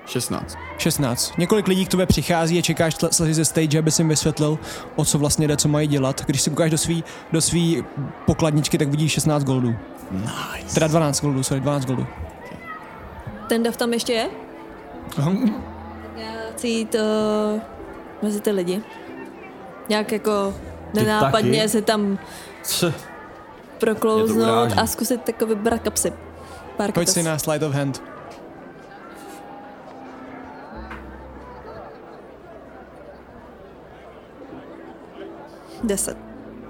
Šestnáct. 16. Několik lidí k tobě přichází a čekáš tle- slzy ze stage, aby si jim vysvětlil, o co vlastně jde, co mají dělat. Když si ukážeš do svý, do svý pokladničky, tak vidíš 16 goldů. Nice. Teda 12 goldů, sorry, 12 goldů. Ten dav tam ještě je? Aha. Já chci jít uh, mezi ty lidi. Nějak jako nenápadně taky? se tam C, Mě to proklouznout uráží. a zkusit tak vybrat kapsy. Pár Pojď kapes. si na slide of hand. Deset.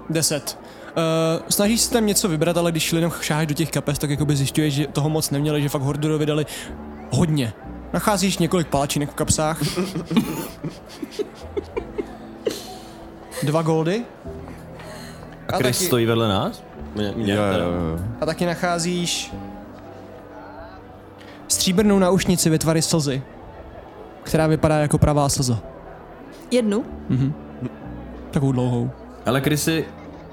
10. Uh, snažíš se tam něco vybrat, ale když jenom šáháš do těch kapes, tak jakoby zjišťuješ, že toho moc neměli, že fakt Hordurovi dali hodně. Nacházíš několik palačinek v kapsách. Dva goldy. A Chris taky, stojí vedle nás? Mě, mě Jo, teda. jo, jo. a taky nacházíš stříbrnou náušnici ve tvaru slzy, která vypadá jako pravá slza. Jednu? Takovou dlouhou. Ale Chrisy,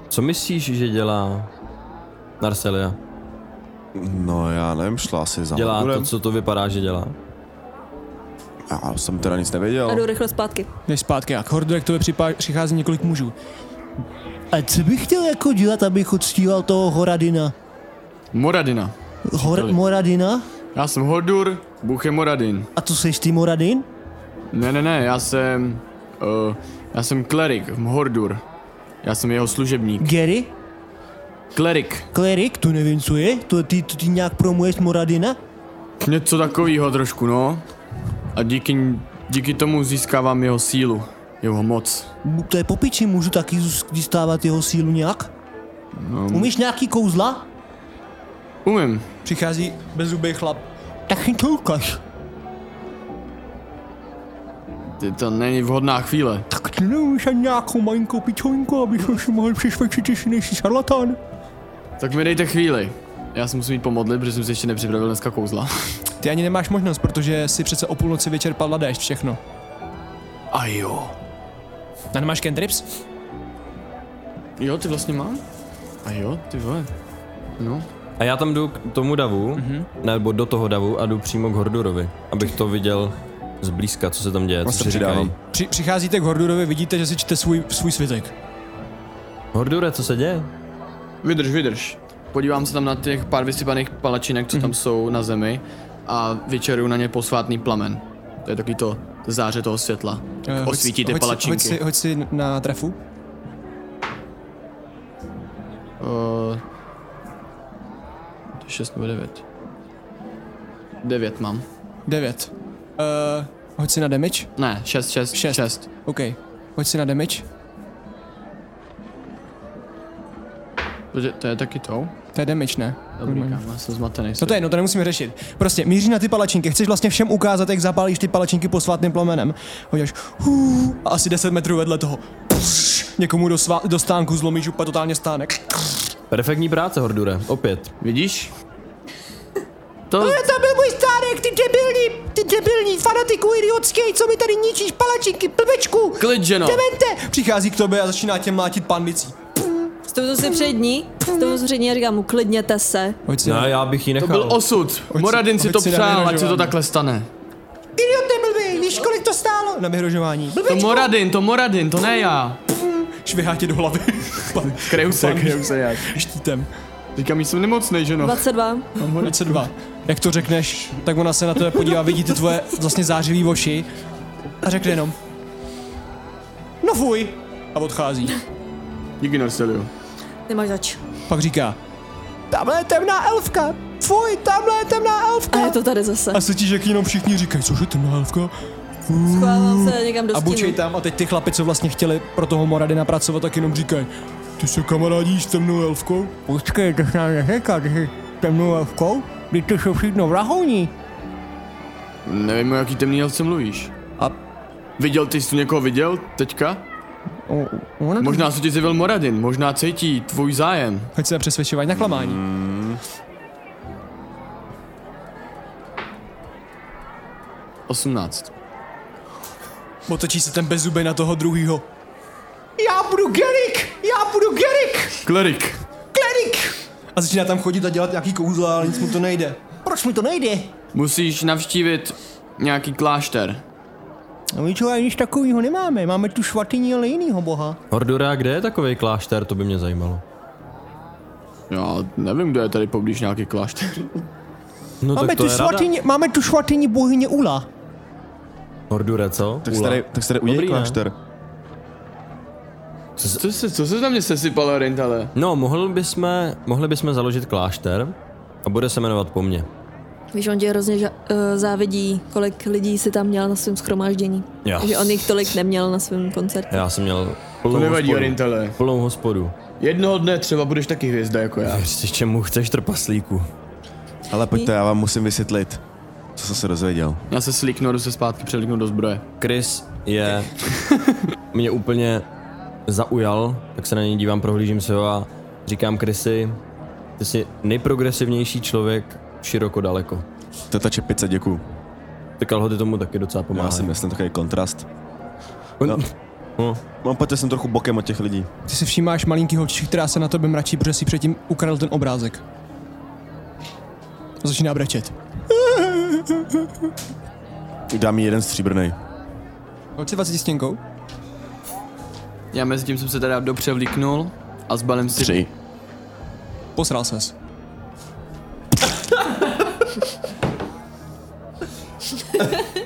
co myslíš, že dělá Narcelia? No já nevím, šla asi za Dělá to, Horgurem. co to vypadá, že dělá. Já jsem teda nic nevěděl. A No. jdu rychle zpátky. Jdeš zpátky a k Hordu, jak tobě připá- přichází několik mužů. A co bych chtěl jako dělat, abych uctíval toho Horadina? Moradina. Hor- Moradina? Já jsem Hordur, Bůh je Moradin. A co seš ty Moradin? Ne, ne, ne, já jsem... Uh, já jsem klerik, Hordur. Já jsem jeho služebník. Gary? Klerik. Klerik? To nevím, co je. To ty, to ty nějak promuješ Moradina? Něco takového trošku, no. A díky, díky tomu získávám jeho sílu, jeho moc. M- To je popiči, můžu taky zůst- získávat jeho sílu nějak? No. Umíš nějaký kouzla? Umím. Přichází bezubý chlap Tak mi to ukaž. Ty, to není vhodná chvíle. Tak ty nevíš ani nějakou malinkou pičoinku, abych si mohl přesvědčit, že nejsi šarlatán. Tak mi dejte chvíli. Já se musím jít pomodlit, protože jsem si ještě nepřipravil dneska kouzla. Ty ani nemáš možnost, protože si přece o půlnoci vyčerpadla déšť všechno. A jo. A nemáš cantrips? Jo, ty vlastně mám? A jo, ty vole. No. A já tam jdu k tomu davu, Mhm. mm-hmm. nebo do toho davu a jdu přímo k Hordurovi, abych to viděl zblízka, co se tam děje, co se si říkají. přidávám. Při, přicházíte k Hordurovi, vidíte, že si čte svůj, svůj svitek. Hordure, co se děje? Vydrž, vydrž. Podívám se tam na těch pár vysypaných palačinek, Mhm. co tam jsou na zemi a vyčeruju na ně posvátný plamen. To je takový to záře toho světla. Eh, Tak hoď- osvítí ty hoď si- Hoď si, palačinky. hoď si na trefu. Uh, 6 nebo 9. 9 mám. 9. Uh, hoď si na damage. Ne, 6, 6, 6. Šest. 6. OK. Hoď si na damage. To, je, to je taky to. To je damage, ne? Dobrý, kámo, já jsem zmatený. No to je, no to nemusíme řešit. Prostě míří na ty palačinky, chceš vlastně všem ukázat, jak zapálíš ty palačinky posvátným plamenem. Hodíš hů, a asi 10 metrů vedle toho. Pš, někomu do, svá, do stánku zlomíš úplně totálně stánek. Perfektní práce, Hordure, opět. Vidíš? To, To byl můj stárek, ty debilní, ty debilní fanatiku idiotský, co mi tady ničíš palačinky, plbečku! klid, ženo. Demente! Přichází k tobě a začíná tě mlátit panlicí. Stovnu si před ní, stovnu si před ní a říkám mu, klidněte se. Hoď si No, na- já bych ji To nechal. byl osud. Moradin si hoď to si na přál, ať se to vyhrožování. takhle stane. Idiot neblbý, víš kolik to stálo? na vyhrožování. To Moradin, to Moradin, to ne já. Švihá tě do hlavy. Pan- Kreju se, pan- kreju se já. Štítem. Říkám, jsem nemocnej, ženo. 22. 22. Jak to řekneš, tak ona se na tebe podívá, vidí ty tvoje vlastně zářivý oši a řekne jenom No fuj! A odchází. Díky, Narcelio. Nemáš zač. Pak říká Tamhle je temná elfka, fuj, tamhle je temná elfka. A je to tady zase. A cítíš, jak jenom všichni říkají, cože ten hávka? Schovávám se někam do A bučej stínu. tam a teď ty chlapi, co vlastně chtěli pro toho Morady napracovat, tak jenom říkají, ty se kamarádíš s temnou elfkou? Počkej, to jsi nám neřekla, že jsi temnou elfkou? Vždyť to jsou všechno vrahouní. Nevím, o jaký temný elfce mluvíš. A- Viděl ty jsi tu někoho viděl teďka? O, ona to Možná se ti zjevil Moradin, možná cítí tvůj zájem. Hoď se přesvědčovat na klamání. Osmnáct. Otočí se ten bezzubej na toho druhýho. Já budu Gerik! Já budu Gerik! Klerik. Gerik! A začíná tam chodit a dělat nějaký kouzla, ale nic mu to nejde. Proč mi to nejde? Musíš navštívit nějaký klášter. No my čo, nic takového nemáme. Máme tu svatyni, ale jinýho boha. No Hordura, kde je takový klášter, to by mě zajímalo. Já nevím, kdo je tady poblíž nějaký klášter. No Máme tak to tu, je rada. svatyni, máme tu svatyni bohyně Ula. Hordure, co? Tak se Ula. tady, tak se tady udělej Dobrý, ne? klášter. Co se, co se na mě sesypalo, Rintale? No, mohl bychom, mohli bychom založit klášter a bude se jmenovat po mně. Víš, on tě hrozně ža- eh, závidí, kolik lidí si tam měl na svém schromáždění. Já. Že on jich tolik neměl na svém koncertu. Já jsem měl plnou To nevadí, hospodu. Rintale. Plnou hospodu. Jednoho dne třeba budeš taky hvězda jako já. Věřte, čemu chceš trpaslíku? Ale pojďte, já vám musím vysvětlit, co jsem se dozvěděl. Já se slíknu, jdu se zpátky přelíknu do zbroje. Chris je... mě úplně zaujal, tak se na něj dívám, prohlížím se ho a říkám Chrisy, ty jsi nejprogresivnější člověk široko daleko. To je ta čepice, děkuju. Ty kalhoty tomu taky docela Já pomáhají. si myslím, takový kontrast. no. no. No, pojďte jsem trochu bokem od těch lidí. Ty si všímáš malinký holčičky, která se na tebe mračí, protože si předtím ukradl ten obrázek. A začíná brečet. Dám jí jeden stříbrný. Hoď si 20 stěnkou. Já mezi tím jsem se teda dopřevlíknul a zbalím si... Tři. Posral ses.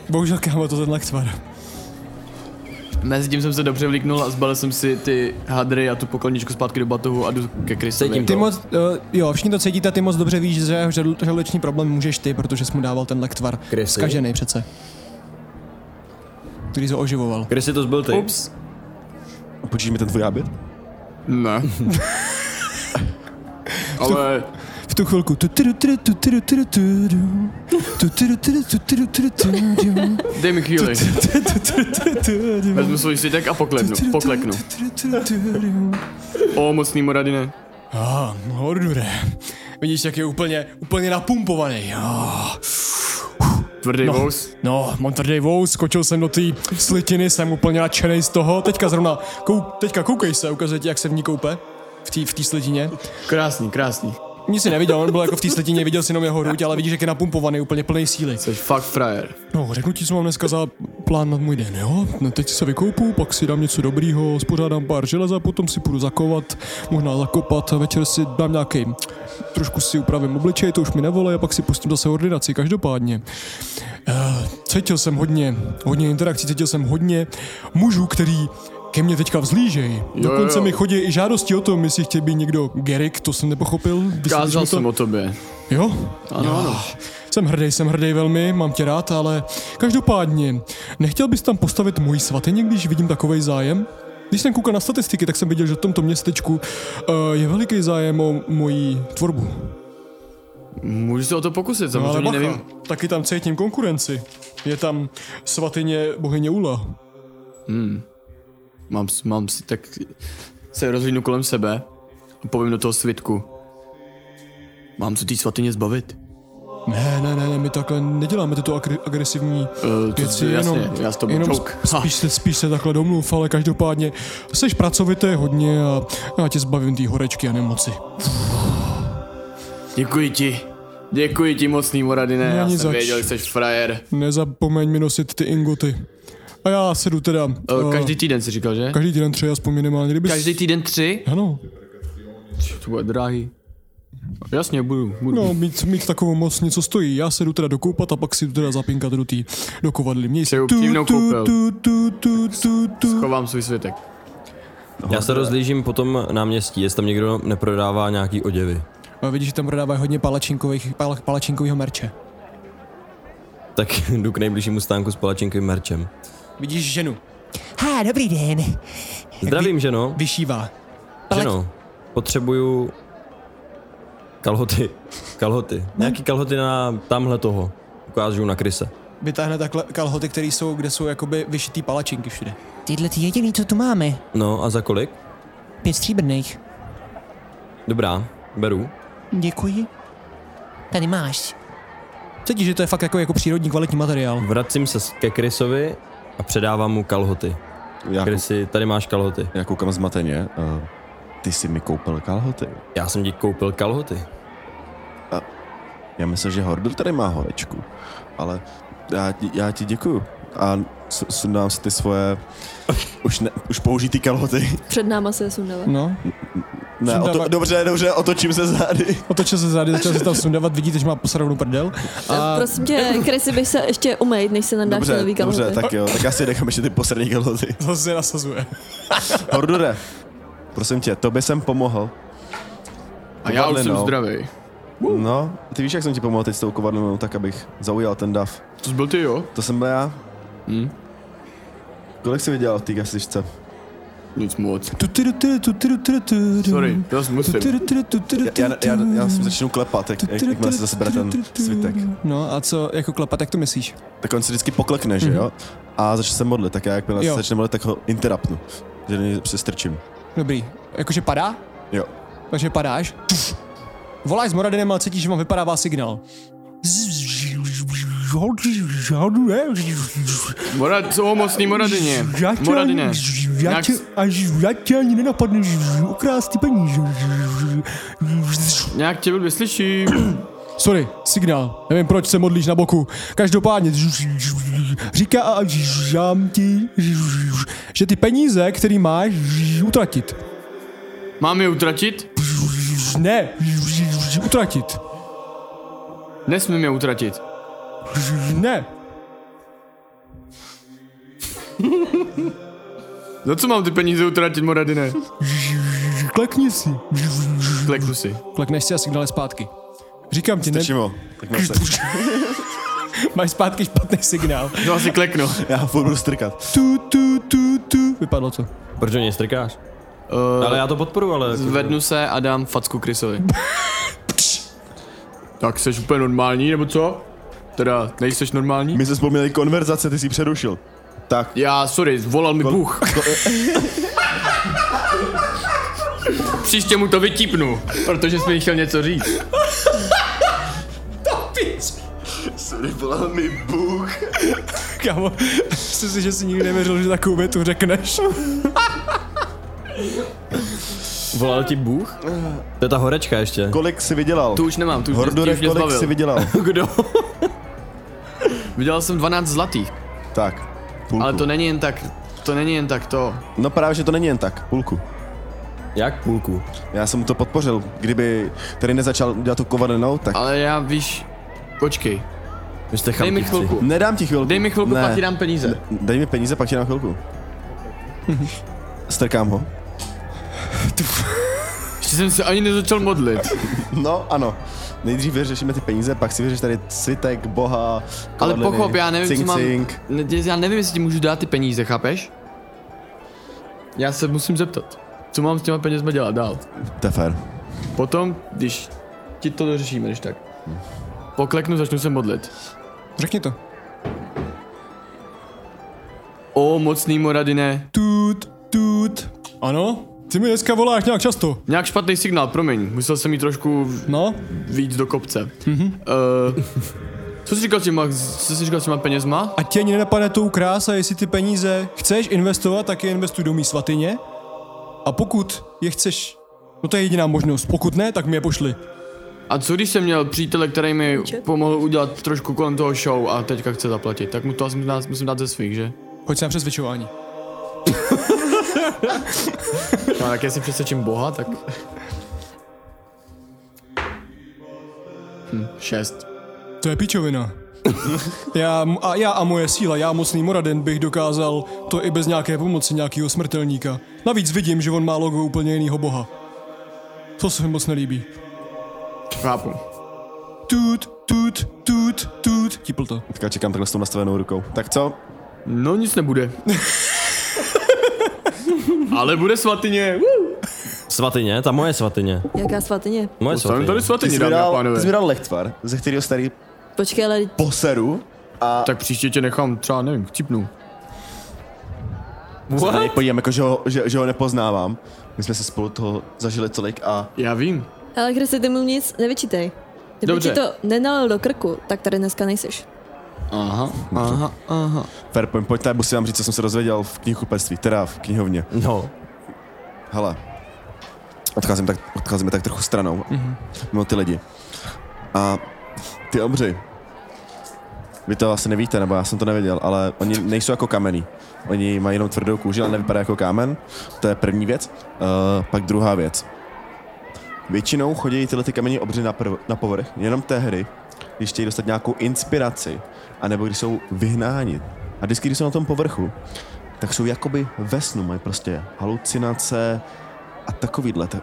Bohužel, kámo, to tenhle tvar. Mezi tím jsem se dopřevlíknul a zbalil jsem si ty hadry a tu pokloničku zpátky do batohu a jdu ke Krisovi. Cítím Ty moc, uh, jo, všichni to cítíte, ty moc dobře víš, že jeho žel- žaludeční problém můžeš ty, protože jsi mu dával ten lektvar. Krysy? Zkažený přece. Který se oživoval. Chrisy to zbyl ty. Ups. Počíš mi ten tvůj hábit? Ne. Ale V tu chvilku. tu tyru tyru tu tyru tyru tu du. Tu tyru tyru tu tyru tyru tu du. dej mi chvíli. Tu tu tyru tyru tu du. Vezmu svůj sitek a Tu tyru pokleknu. Pokleknu. tyru tyru tyru tu du. O, mocný Moradine. Ah, Hordure. Vidíš, jak je úplně, úplně napumpovaný. Ah. Tvrdý no. vous. No, mám tvrdý vous, skočil jsem do té slitiny, jsem úplně nadšený z toho. Teďka zrovna, kou, teďka koukej se, ukazuje ti, jak se v ní koupe. V té v té slitině. Krásný, krásný. Nic si neviděl, on byl jako v té slitině, viděl si jenom jeho ruť, ale vidíš, jak je napumpovaný, úplně plný síly. Jsi fakt frajer. No, řeknu ti, co mám dneska za plán na můj den, jo? No, teď se vykoupu, pak si dám něco dobrýho, spořádám pár železa, potom si půjdu zakovat, možná zakopat a večer si dám nějaký trošku si upravím obličej, to už mi nevolej a pak si pustím zase ordinaci, každopádně. eh, Cítil jsem hodně, hodně interakcí, cítil jsem hodně mužů, který ke mně teďka vzlížej. Dokonce jo. mi chodí i žádosti o tom, jestli chtěl být někdo Gerik, to jsem nepochopil. vysvětlíš Kázal mi to? jsem o tobě. Jo? Ano, ano. Jsem hrdý, jsem hrdý velmi, mám tě rád, ale každopádně, nechtěl bys tam postavit můj svatyni, když vidím takový zájem? Když jsem koukal na statistiky, tak jsem viděl, že v tomto městečku uh, je veliký zájem o moji tvorbu. Můžu se o to pokusit, No, ale samozřejmě bacha, nevím. taky tam cítím konkurenci. Je tam svatyně bohyně Ula. Mám, s- mám si tak... Se rozhlídnu kolem sebe a povím do toho svitku. Mám se té svatyně zbavit. Ne, ne, ne, ne, my takhle neděláme tyto agre- agresivní Eh, to- věci, jasně, jenom, já s tobou jenom joke. sp- spíš, se, spíš se takhle domluv, ale každopádně seš pracovité hodně a já tě zbavím té horečky a nemoci. Děkuji ti. Děkuji ti mocný Moradine, No, já není jsem zač. věděl, že jsi frajer. Nezapomeň mi nosit ty ingoty. A já se jdu teda... Uh, eh, každý týden si říkal, že? každý týden tři, aspoň minimálně, kdyby... Každý týden tři? Ano, To bude drahý. Jasně, budu, budu. no, mít, mít takovou moc něco stojí. Já se jdu teda dokoupat a pak si jdu teda zapinkat do tý, do kovadly. Měj se Přeju příjemnou koupel. tu, tu, tu, tu, tu. Chovám svůj světek. Já se rozlížím po tom náměstí, jestli tam někdo neprodává nějaký oděvy. A vidíš, že tam prodávají hodně palačinkových, pal, palačinkovýho merče. Tak jdu k nejbližšímu stánku s palačinkovým merčem. Vidíš ženu. Ha, dobrý den. Zdravím, ženo. Vyšívá. Ženo, potřebuju kalhoty. Kalhoty. Nějaký kalhoty na tamhle toho. Ukážu na kryse. Vytáhne takhle kalhoty, které jsou, kde jsou jakoby vyšitý palačinky všude. Tyhle ty jediný, co tu máme. No a za kolik? Pět stříbrných. Dobrá, beru. Děkuji. Tady máš. Cítíš, že to je fakt jako, jako přírodní kvalitní materiál. Vracím se s- ke Krysovi a předávám mu kalhoty. Já, kou, Krysy, tady máš kalhoty. já koukám zmateně. A ty jsi mi koupil kalhoty. Já jsem ti koupil kalhoty. Já myslel, že Hordur tady má horečku. Ale já, ti- já ti děkuju. A s- sundám si ty svoje už, ne, už použitý kalhoty. Před náma se sundala. No, Ne, Sundává- oto, dobře, dobře, otočím se zády. otočil se zády, začal se tam sundávat, vidíte, že má posradnou prdel. A... Eh, Prosím tě, Krysy, bych se ještě umýt, než se nandáš ty Dobře, nový kalhoty. dobře, tak jo, tak já si nechám ještě ty poslední kalhoty. Zase nasazuje. Hordure, prosím tě, tobě jsem pomohl. A já už Kovadlinou. jsem zdravý. No, ty víš, jak jsem ti pomohl teď s tou kovadlinou, tak abych zaujal ten dav. To jsi byl ty, jo? To jsem byl já. Hm. Kolik jsi vydělal v té kasličce? Nic moc. Sorry, to já musím. Já, já, já, já si začnu klepat, jak, jak, jakmile se zase bere ten svitek. No a co, jako klepat, jak to myslíš? Tak on si vždycky poklekne, že jo? A začne se modlit, tak já jakmile se Jo. začne modlit, tak ho interapnu. Že do něj přestrčím. Dobrý. Jakože padá? Jo. Takže padáš? Tuf. Voláš s Moradinem, ale cítíš, že vám vypadává signál. Morad, jsou homocný moradině. Moradině. Nějak s- já tě ani nenapadne ukrást ty peníze. Nějak tě byl vyslyším. Sorry, signál. Nevím, proč se modlíš na boku. Každopádně říká a žám ti, že ty peníze, který máš, utratit. Mám je utratit? Ne, utratit. Nesmím je utratit. Ne, Za co mám ty peníze utratit, Moradine? klekni si. Kleknu si. Klekneš si a signál je zpátky. Říkám ti, ne, Strčím ho. Tak mám se. máš zpátky špatný signál. To No, asi kleknu. Já furt budu strkat. Tu, tu, tu, tu. Vypadlo to. Proč do něj strkáš? Eh, Ale já to podporuji, ale... jako- Zvednu se a dám facku Krysovi. tak seš úplně normální, nebo co? Teda, nejseš normální? My jsme vzpomněli konverzace, ty jsi ji přerušil. Tak, Já, sorry, volal mi Bůh. Příště mu to vytípnu, protože jsi mi chtěl něco říct. Kámo, myslím si, že si nikdy nevěřil, že takovou větu řekneš. Volal ti Bůh? Eh. To je ta horečka ještě. kolik jsi vydělal? Tu už nemám, tu už Hordure, mě, kolik zbavil. jsi vydělal? Kdo? Vydělal jsem 12 zlatých, tak, půlku. ale to není jen tak, to není jen tak to. No právě, že to není jen tak, půlku. Jak půlku? Já jsem mu to podpořil. Kdyby tady nezačal dělat tu kovadlinou, tak Ale já, víš, počkej, Vy jste dej mi champíci. chvilku. nedám ti chvilku. Dej mi chvilku, ne. pak ti dám peníze. Dej mi peníze, pak ti dám chvilku. Strkám ho. Ještě jsem se ani nezačal modlit. No, ano. Nejdřív vyřešíme ty peníze, pak si vyřeš tady svitek, boha, Ale kovadliny, pochop, já nevím, cink, co mám... Cink. Ne, Já nevím, jestli ti můžu dát ty peníze, chápeš? Já se musím zeptat, co mám s těma penězma dělat dál. To je fér. Potom, když ti to dořešíme, když tak. Pokleknu, začnu se modlit. Řekni to. O, mocný Moradine. Tut, tut. Ano? Ty mi dneska voláš nějak často. Nějak špatný signál, promiň. Musel jsem jít trošku v- No? víc do kopce. Mm-hmm. Uh, co jsi říkal s těma, co jsi říkal s těma penězma? A tě ani nenapadne to ukrás a jestli ty peníze chceš investovat, tak je investuj do mý svatyně. A pokud je chceš, no to je jediná možnost. Pokud ne, tak mi je pošli. A co když jsem měl přítele, který mi pomohl udělat trošku kolem toho show a teďka chce zaplatit? Tak mu to asi musím dát, musím dát ze svých, že? Pojď se na přesvědčování. No, tak jestli přesvědčím Boha, tak... Hm, šest. To je pičovina. já, m- a já a moje síla, já mocný Moraden bych dokázal to i bez nějaké pomoci nějakého smrtelníka. Navíc vidím, že on má logo úplně jiného boha. To se mi moc nelíbí. Chápu. Tut, tut, tut, tut. Tipl to. Teďka čekám takhle s tou nastavenou rukou. Tak co? No nic nebude. Ale bude svatyně. Woo! Svatyně, ta moje svatyně. Jaká svatyně? Moje Postavím svatyně. tady Ty svatyně, jsi dámy a vydal, ty jsi pánové. vydal lechtvar, ze kterého starý Počkej, ale poseru a Tak příště tě nechám třeba, nevím, chcipnu. Co tady What? podívám, jako, že, ho, že, že ho nepoznávám. My jsme se spolu toho zažili tolik a Já vím. Ale Krysy, ty mu nic nevyčítej. Kdyby Dobře. ti to nenalil do krku, tak tady dneska nejseš. Aha, aha, aha. Fairpoint, pojďte, musím vám říct, co jsem se dozvěděl v knihkupectví, teda v knihovně. No, Hele, odcházím tak, odcházíme tak trochu stranou, mm-hmm. mimo ty lidi. A ty obři, vy to asi nevíte, nebo já jsem to nevěděl, ale oni nejsou jako kamenný. Oni mají jenom tvrdou kůži, ale nevypadá jako kámen. To je první věc. Uh, pak druhá věc. Většinou chodí tyhle ty kamení obři na, prv, na povrch, jenom tehdy, když chtějí dostat nějakou inspiraci, anebo když jsou vyhnáni. A vždycky, když jsou na tom povrchu, tak jsou jakoby ve snu, mají prostě halucinace a takovýhle. Ta-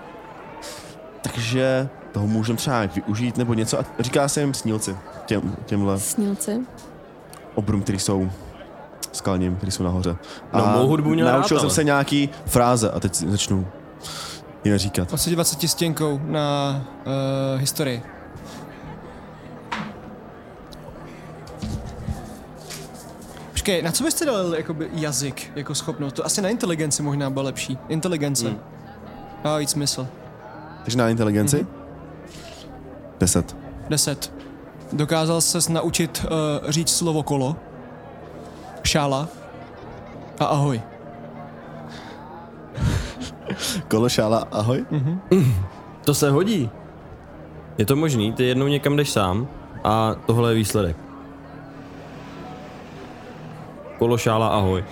Takže toho můžeme třeba nějak využít nebo něco a říká se jim snílci, těm, těmhle Snílci. obrům, který jsou skalním, který jsou nahoře. A No, mou hudbu měl Naučil rád, jsem ale. se nějaký fráze a teď začnu je říkat. Asi 20 stěnkou na uh, historii. Počkej, na co byste dal jakoby, jazyk jako schopnost? To asi na inteligenci možná byla lepší. Inteligence. Hmm. A víc smysl. Takže na inteligenci? Mm-hmm. Deset. 10. Dokázal ses naučit uh, říct slovo kolo, šála a ahoj. Kološála, ahoj. to se hodí. Je to možný, ty jednou někam jdeš sám a tohle je výsledek. Kološála ahoj.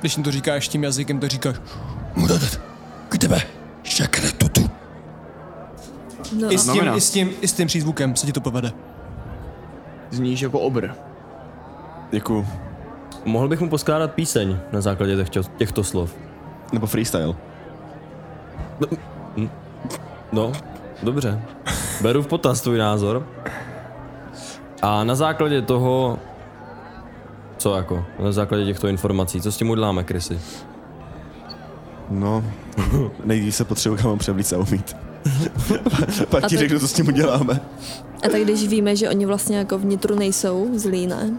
Když jim to říkáš tím jazykem, to říkáš Mudadet, k tebe, šakra tutu. No, i s, tím, znamená? i, s tím, i s tím přízvukem se ti to povede. Zníš jako obr. Děkuju. Mohl bych mu poskládat píseň na základě těchto, těchto slov. Nebo freestyle. No, dobře. Beru v potaz tvůj názor. A na základě toho... Co jako? Na základě těchto informací. Co s tím uděláme, Krysy? No, nejdřív se potřebuji kam převlít a umít. Pak ti řeknu, co s tím uděláme. A tak když víme, že oni vlastně jako vnitru nejsou zlí, ne?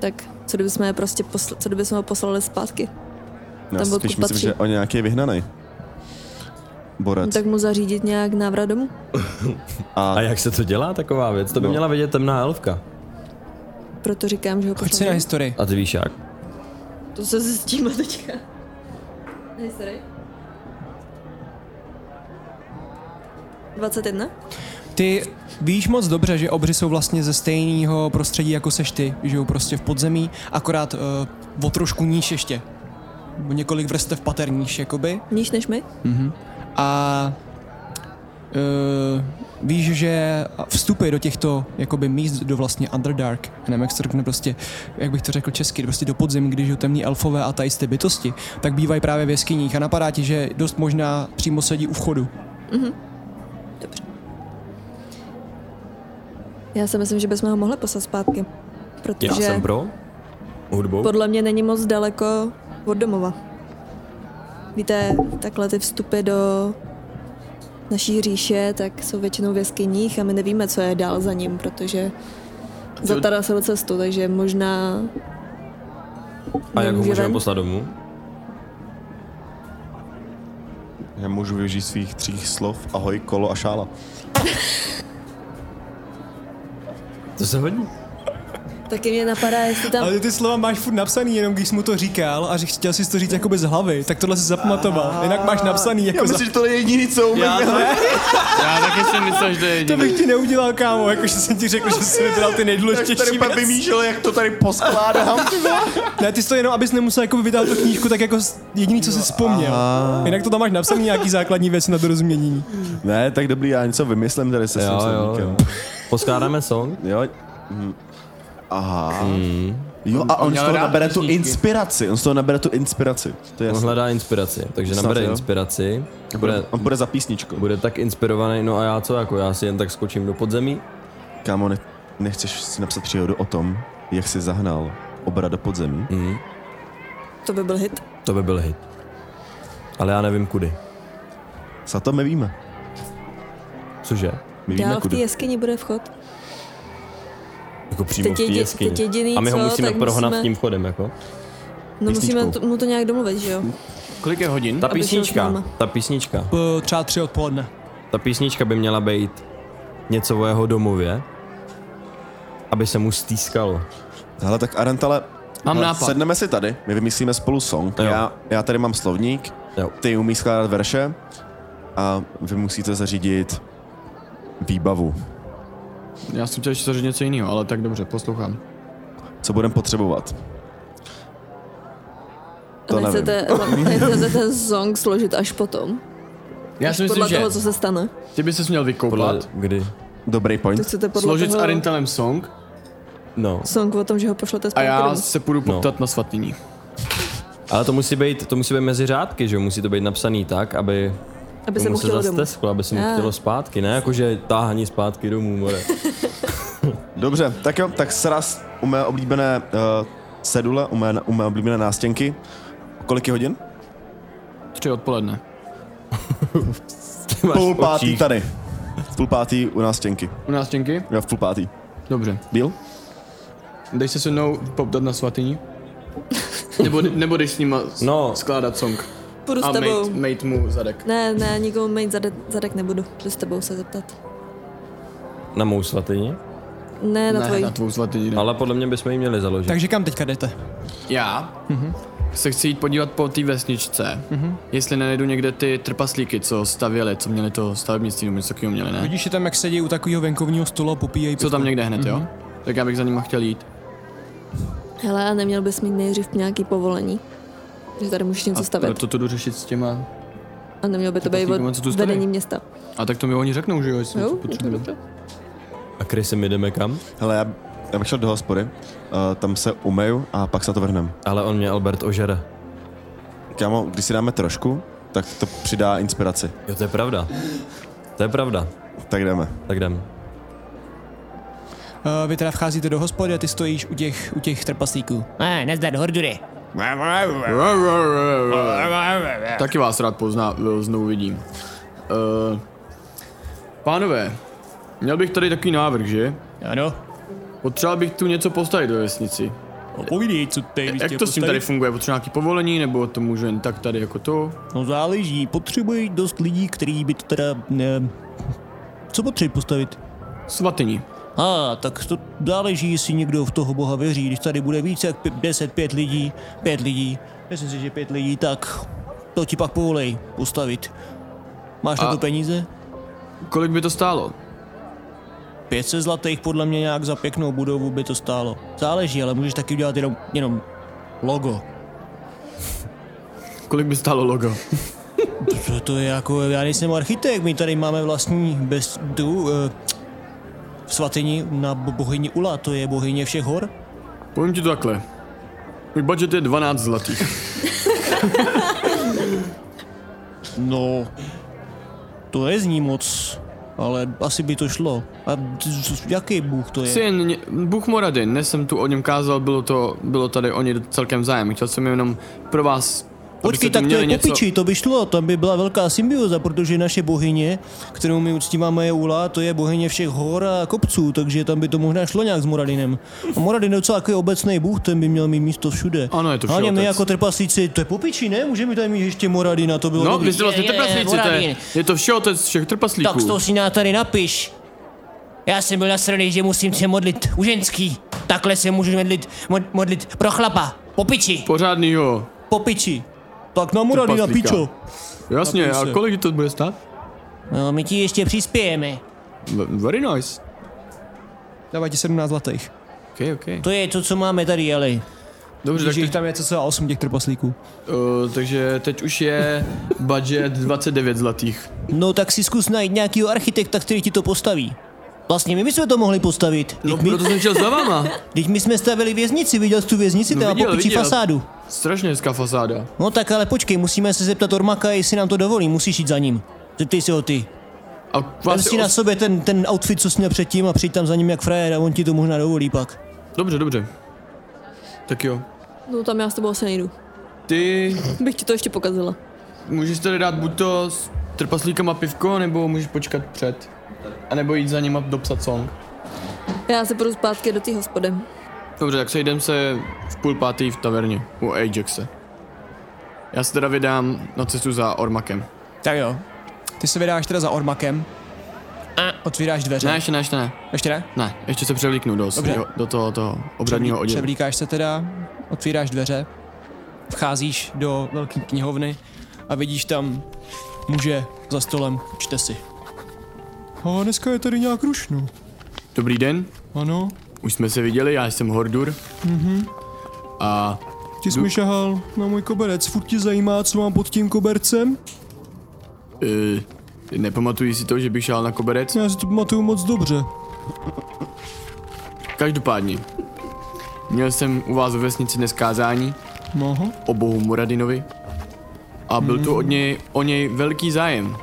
Tak co kdybychom je prostě posl- co kdybychom ho poslali zpátky? Já Tam si byl spíš kup myslím, patří. že o nějaký je vyhnaný. Borec. Tak mu zařídit nějak návrat domů? A jak se to dělá taková věc? To by No. měla vědět temná elfka. Proto říkám, že ho Pojď si poslali. na historii. A ty víš jak? To se zjistíme teďka. Hej, sorry. 21? Ty víš moc dobře, že obři jsou vlastně ze stejného prostředí jako seš ty, žijou prostě v podzemí, akorát uh, o trošku níž ještě. O několik vrstev pater níž, jakoby. Níž než my? A uh, víš, že vstupy do těchto jakoby míst, do vlastně Underdark, já nevím, jak se to řekne prostě, jak bych to řekl česky, prostě do podzemí, když žijou temní elfové a tajisté bytosti, tak bývají právě v jeskyních a napadá ti, že dost možná přímo sedí u vchodu. Já si myslím, že bychom ho mohli poslat zpátky. Já Protože jsem pro. Hudbou? podle mě není moc daleko od domova. Víte, takhle ty vstupy do naší říše, tak jsou většinou v jeskyních a my nevíme, co je dál za ním, protože zatarasil cestu, takže možná A jak ho nemůže můžeme ven. poslat domů? Já můžu využít svých tří slov. Ahoj, kolo a šála. To se hodí. Taky mě napadá, jestli tam... Ale ty slova máš furt napsaný, jenom když jsi mu to říkal a že chtěl jsi to říct jakoby z hlavy, tak tohle jsi zapamatoval. Jinak máš napsaný jako za... že to je jediný, co umím. Já, to, já taky jsem myslel, že to je To jediný. bych ti neudělal, kámo, jakože jsem ti řekl, že jsi vybral ty nejdůležitější věci. vymýšlel, jak to tady poskládám. Ne, ty jsi to jenom, abys nemusel jako vydat tu knížku, tak jako s- jediný, co jsi vzpomněl. Jinak to tam máš napsaný nějaký základní věc na dorozumění. ne, tak dobrý, já něco vymyslím tady se svým Jo, jo, slovníkem. jo. Poskládáme song? Jo. Hm. Mhm. Aha. Jo, a on, měl z toho rád nabere tu písničky. inspiraci. On z toho nabere tu inspiraci. To je On jasné. hledá inspiraci, takže Snad nabere jo. inspiraci. On Bude, bude, on bude za písničkou. bude tak inspirovaný, no a já co, jako já si jen tak skočím do podzemí. Kámo, ne, nechceš si napsat příhodu o tom, jak jsi zahnal obra do podzemí? To by byl hit. To by byl hit. Ale já nevím kudy. Za to my víme. Cože? My víme, Dál v té kudy. jeskyni bude vchod. Jako přímo Teď v té jedi- jeskyni. teď jediný, A my ho co, musíme tak prohnat musíme- tím chodem, jako. No Písničkou. musíme t- mu to nějak domluvit, že jo? Kolik je hodin? Ta Aby šel s písnička, náma. ta písnička, Po třeba tři odpoledne. ta písnička by měla být něco o jeho domově, aby se mu stýskalo. Hele, tak Arantale, Mám hele, nápad. No, sedneme si tady, my vymyslíme spolu song. Jo. Já, já tady mám slovník, Jo. ty umí skládat verše a vy musíte zařídit výbavu. Já jsem chtěl ještě zařídit něco jiného, ale tak dobře, poslouchám. Co budeme potřebovat? To A nechcete, nechcete ten song složit až potom. Já si myslím, Podle že toho, co se stane. ty bys se měl vykoupat, Podle, kdy? Dobrý To point. chcete podle složit toho s Arintalem song No. song o tom, že ho pošlete a zpátky já domů. se půjdu poptat na svatyní. Ale to musí být, to musí být mezi řádky, že jo? Musí to být napsaný tak, aby Aby se mu tomu se chtělo domů. zastesklo, aby se mu Já. chtělo zpátky, ne? Jakože táhání zpátky domů, more. Dobře, tak jo, tak sraz u mé oblíbené uh, sedule, u mé, u mé oblíbené nástěnky. Kolik je hodin? Tři odpoledne. Máš Půl v očích. pátý tady. V půl pátý u nástěnky. U nás těnky? Jo, v půl pátý. Dobře. Deal? Dej se se mnou poptat na svatyní? nebo, nebo jdeš s nima s- No. skládat song Půjdu a s mate, tebou. mate mu zadek. Ne, ne, nikomu mít zadek, zadek nebudu. Jdu s tebou se zeptat. Na mou svatyni. Ne, na ne, tvojí. na tvou svatyni. ne. Ale podle mě bychom ji měli založit. Takže kam teďka jdete? Já se chci jít podívat po té vesničce, jestli nenajdu někde ty trpaslíky, co stavěli, co měli to stavebnictví nebo něco takového měli, ne? Vidíš je tam, jak sedí u takového venkovního stolu a popíjejí Jsou tam někde hned, jo? Tak já bych za nima chtěl jít. Hele, a neměl bys mít nejdřív nějaký povolení. Že tady můžeš něco A stavět. proto to jdu řešit s těma. A neměl by to být Trpaslíkům, co tu od staví. vedení města. A tak to mi oni řeknou, že jo, jestli něco Jo, je to potřebuji. dobře. A Krysy, my jdeme kam? Hele, já, já bych šel do hospody, uh, tam se umeju a pak se na to vrhneme. Ale on mě Albert ožere. Kámo, když si dáme trošku, tak to přidá inspiraci. Jo, to je pravda. To je pravda. Tak jdeme. Tak jdem. Uh, vy teda vcházíte do hospody a ty stojíš u těch, u těch trpaslíků. Ne, nezdar, hordury. Taky vás rád pozná, e, znovu vidím. Uh, pánové, měl bych tady takový návrh, že? Ano. Potřeboval bych tu něco postavit do vesnici. Povídej, co tady Jak to s tím tady funguje? Potřeba nějaký povolení, nebo to můžu jen tak tady jako to? No záleží, potřebuji dost lidí, který by to teda... Ne, co potřebuji postavit? Svatyni. A, tak to záleží, jestli někdo v toho boha věří. Když tady bude více jak pi- 10, 5 lidí, 5 lidí, myslím si, že 5 lidí, tak to ti pak povolej postavit. Máš A- na to peníze? Kolik by to stálo? 500 zlatých podle mě nějak za pěknou budovu by to stálo. Záleží, ale můžeš taky udělat jenom, jenom logo. Kolik by stálo logo? No To, to je jako, já nejsem architekt, my tady máme vlastní bez, tu, uh, eh, svatyni na bo- bohyni Ula, to je bohyně všech hor. Povím ti to takhle. Můj budget je 12 zlatých. No, to je zní moc, ale asi by to šlo. A t- t- jaký bůh to Jsi je? jen ně- Bůh Moradin, dnes jsem tu o něm kázal, bylo, to, bylo tady o něj celkem zájem. Chtěl jsem jenom pro vás... abyste Počkej, tu tak to měli je něco... něco- popiči, to by šlo, tam by byla velká symbioza, protože naše bohyně, kterou my uctíváme je Ula, to je bohyně všech hor a kopců, takže tam by to možná šlo nějak s Moradinem. A Moradin je docela takový obecný bůh, ten by měl mít místo všude. Ano, je to Hlavně my všeotec. jako trpaslíci, to je popiči, ne? Můžeme tam mít ještě Moradina, to bylo No, dobrý. vy jste vlastně Je, je, trpaslíci, to je, Moradin. je to všeotec všech trpaslíků. Tak to si na tady napiš. Já jsem byl nasraný, že musím se modlit u ženský. Takhle se můžu modlit, mod, modlit pro chlapa. Po piči. Pořádnýho. Popiči. Tak na Moradina, Trpaslíka. pičo. Jasně, Napiň a se. kolik to bude stát? No, my ti ještě přispějeme. V- Very nice. Dává ti 17 zlatých. OK, OK. To je to, co máme tady, ale. Vidíš, že Dobře, tak teď jich tam je cca 8 těch trpaslíků. Uh, takže teď už je budget 29 zlatých. No tak si zkus najít nějakýho architekta, který ti to postaví. Vlastně my bychom to mohli postavit. No, Vždyť my, proto jsem šel za váma. Teď my jsme stavili věznici, viděl jsi tu věznici, No, no, tam viděl, po piči viděl. fasádu. Strašně hezká fasáda. No tak ale počkej, musíme se zeptat Ormaka, jestli nám to dovolí, musíš jít za ním. Zeptej si ho ty. A Vem vás je si na Vlastně os- sobě ten, ten outfit, co jsi měl předtím a přijď tam za ním jak frajer a on ti to možná dovolí pak. Dobře, dobře. Tak jo. No tam já s tebou asi nejdu. Ty Bych ti to ještě pokazila. můžeš tady dát buď to s trpaslíkama pivko, nebo můžeš počkat před. A nebo jít za nima dopsat song. Já se půjdu zpátky do té hospody. Dobře, tak sejdem se v půl pátý v taverně u Ajaxe. Já se teda vydám na cestu za Ormakem. Tak jo. Ty se vydáš teda za Ormakem. A otvíráš dveře. Ne, ještě ne, ještě ne. Ještě ne? Ne, ještě se převlíknu do, Dobře. do, do toho, toho obřadního oděvu. Převlíkáš se teda, otvíráš dveře, vcházíš do velké knihovny a vidíš tam muže za stolem, čte si. A dneska je tady nějak rušno. Dobrý den, Ano, už jsme se viděli, já jsem Hordur. Mm-hmm. A ty jsi mi šahal na můj koberec, furt tě zajímá, co mám pod tím kobercem? e, nepamatuji si to, že bych šel na koberec? Já si to pamatuju moc dobře. Každopádně, měl jsem u vás ve vesnici dnes kázání No, aha. o bohu Muradinovi a byl Hmm. tu od něj, o něj velký zájem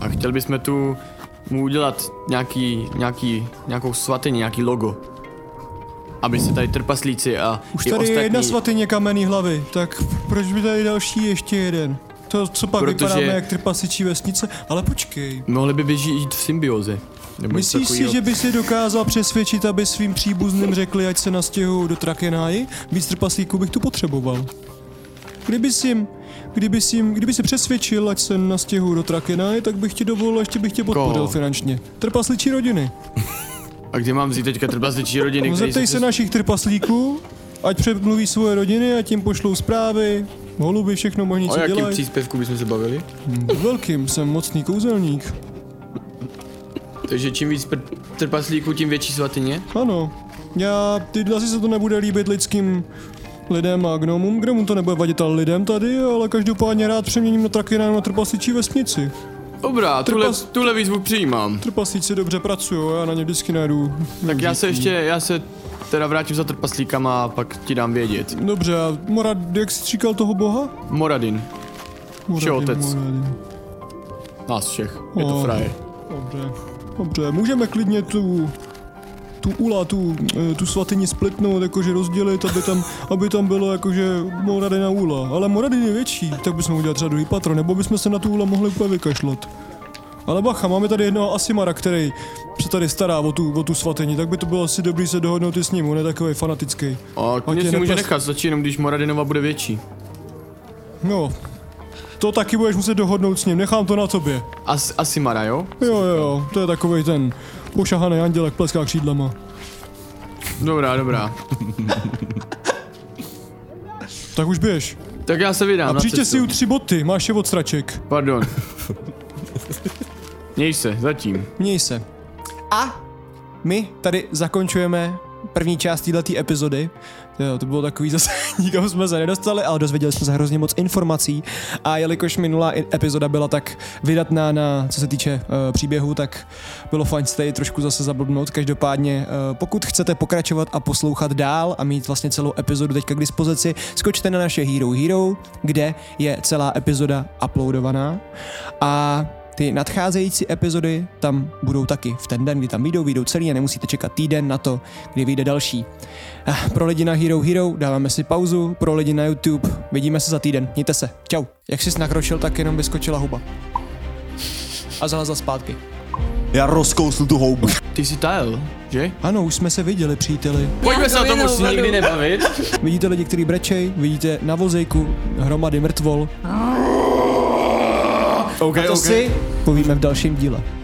a chtěl bychom tu mu udělat nějaký, nějaký, nějakou svatyni, nějaký logo. Aby se tady trpaslíci a Už i tady ostatní, je jedna svatyně kamenný hlavy, tak proč by tady další ještě jeden? To, co pak Protože- Protože... vypadáme jak trpasičí vesnice, ale počkej. mohli by běží jít v symbioze. Nebo něco Myslíš si, takovýho. že by si dokázal přesvědčit, aby svým příbuzným řekli, ať se nastěhují do Trakenáji? Víc trpaslíků bych tu potřeboval. Kdyby si jim, kdyby si jim, kdyby si přesvědčil, ať se nastěhují do Trakenáji, tak bych ti dovolil, ještě bych tě podpořil Koho? finančně. Trpasličí rodiny. A kde mám vzít teďka trpasličí rodiny? No, který zeptej se přes- našich trpaslíků, ať přemluví svoje rodiny, ať jim pošlou zprávy, holuby, všechno možný, O co jakém dělají. příspěvku bychom se bavili? Velkým, jsem mocný kouzelník. Takže čím víc pr- trpaslíků, tím větší svatyně? Ano. Já, ty asi se to nebude líbit lidským lidem a gnomům, kde mu to nebude vadit ale lidem tady, ale každopádně rád přeměním na trakina na trpasličí vesnici. Dobrá, tuhle, Trpas- tuhle výzvu přijímám. Trpaslíci dobře pracují, já na ně vždycky najdu. Tak já se ještě, já se teda vrátím za trpaslíkama a pak ti dám vědět. Dobře, a Morad, jak jsi říkal toho boha? Moradin, Moradin, Všeotec. Moradin. nás všech, je to O. fraje. Dobře, dobře, můžeme klidně tu tu ula, tu, eh, tu svatyni splitnout, jakože rozdělit, aby tam, aby tam bylo jakože Moradina ula. Ale Moradin je větší, tak bychom udělali třeba druhý patro, nebo bychom se na tu ula mohli úplně vykašlat. Ale bacha, máme tady jednoho Asimara, který se tady stará o tu, o tu svatyni, tak by to bylo asi dobrý se dohodnout i s ním, on je takový fanatický. A klidně tě si může nepas- nechat, stačí jenom když Moradinova bude větší. No, to taky budeš muset dohodnout s ním, nechám to na tobě. As, asi Mara, jo? Jo, jo, jo, to je takový ten pošahaný andělek pleská křídlama. Dobrá, dobrá. Tak už běž. Tak já se vydám A na přijďte cestu. si u tři boty, máš je od straček. Pardon. Měj se, zatím. Měj se. A my tady zakončujeme první část této epizody. Jo, to bylo takový zase, nikam jsme se nedostali, ale dozvěděli jsme se hrozně moc informací. A jelikož minulá i- epizoda byla tak vydatná na, co se týče uh, příběhu, tak bylo fajn se tady trošku zase zablbnout. Každopádně, uh, pokud chcete pokračovat a poslouchat dál a mít vlastně celou epizodu teďka k dispozici, skočte na naše Hero Hero, kde je celá epizoda uploadovaná. A ty nadcházející epizody tam budou taky v ten den, kdy tam vyjdou, vyjdou celý a nemusíte čekat týden na to, kdy vyjde další. Ah, Pro lidi na Hero Hero dáváme si pauzu, pro lidi na YouTube vidíme se za týden, mějte se, čau. Jak jsi nakročil, tak jenom vyskočila huba. A zalezla zpátky. Já rozkousl tu houbu. Ty jsi tajel, že? Ano, už jsme se viděli, příteli. Pojďme se o tom už jenom vedu. nikdy nebavit. Vidíte lidi, kteří brečej, vidíte na vozejku hromady mrtvol. OK, To si povíme v dalším díle.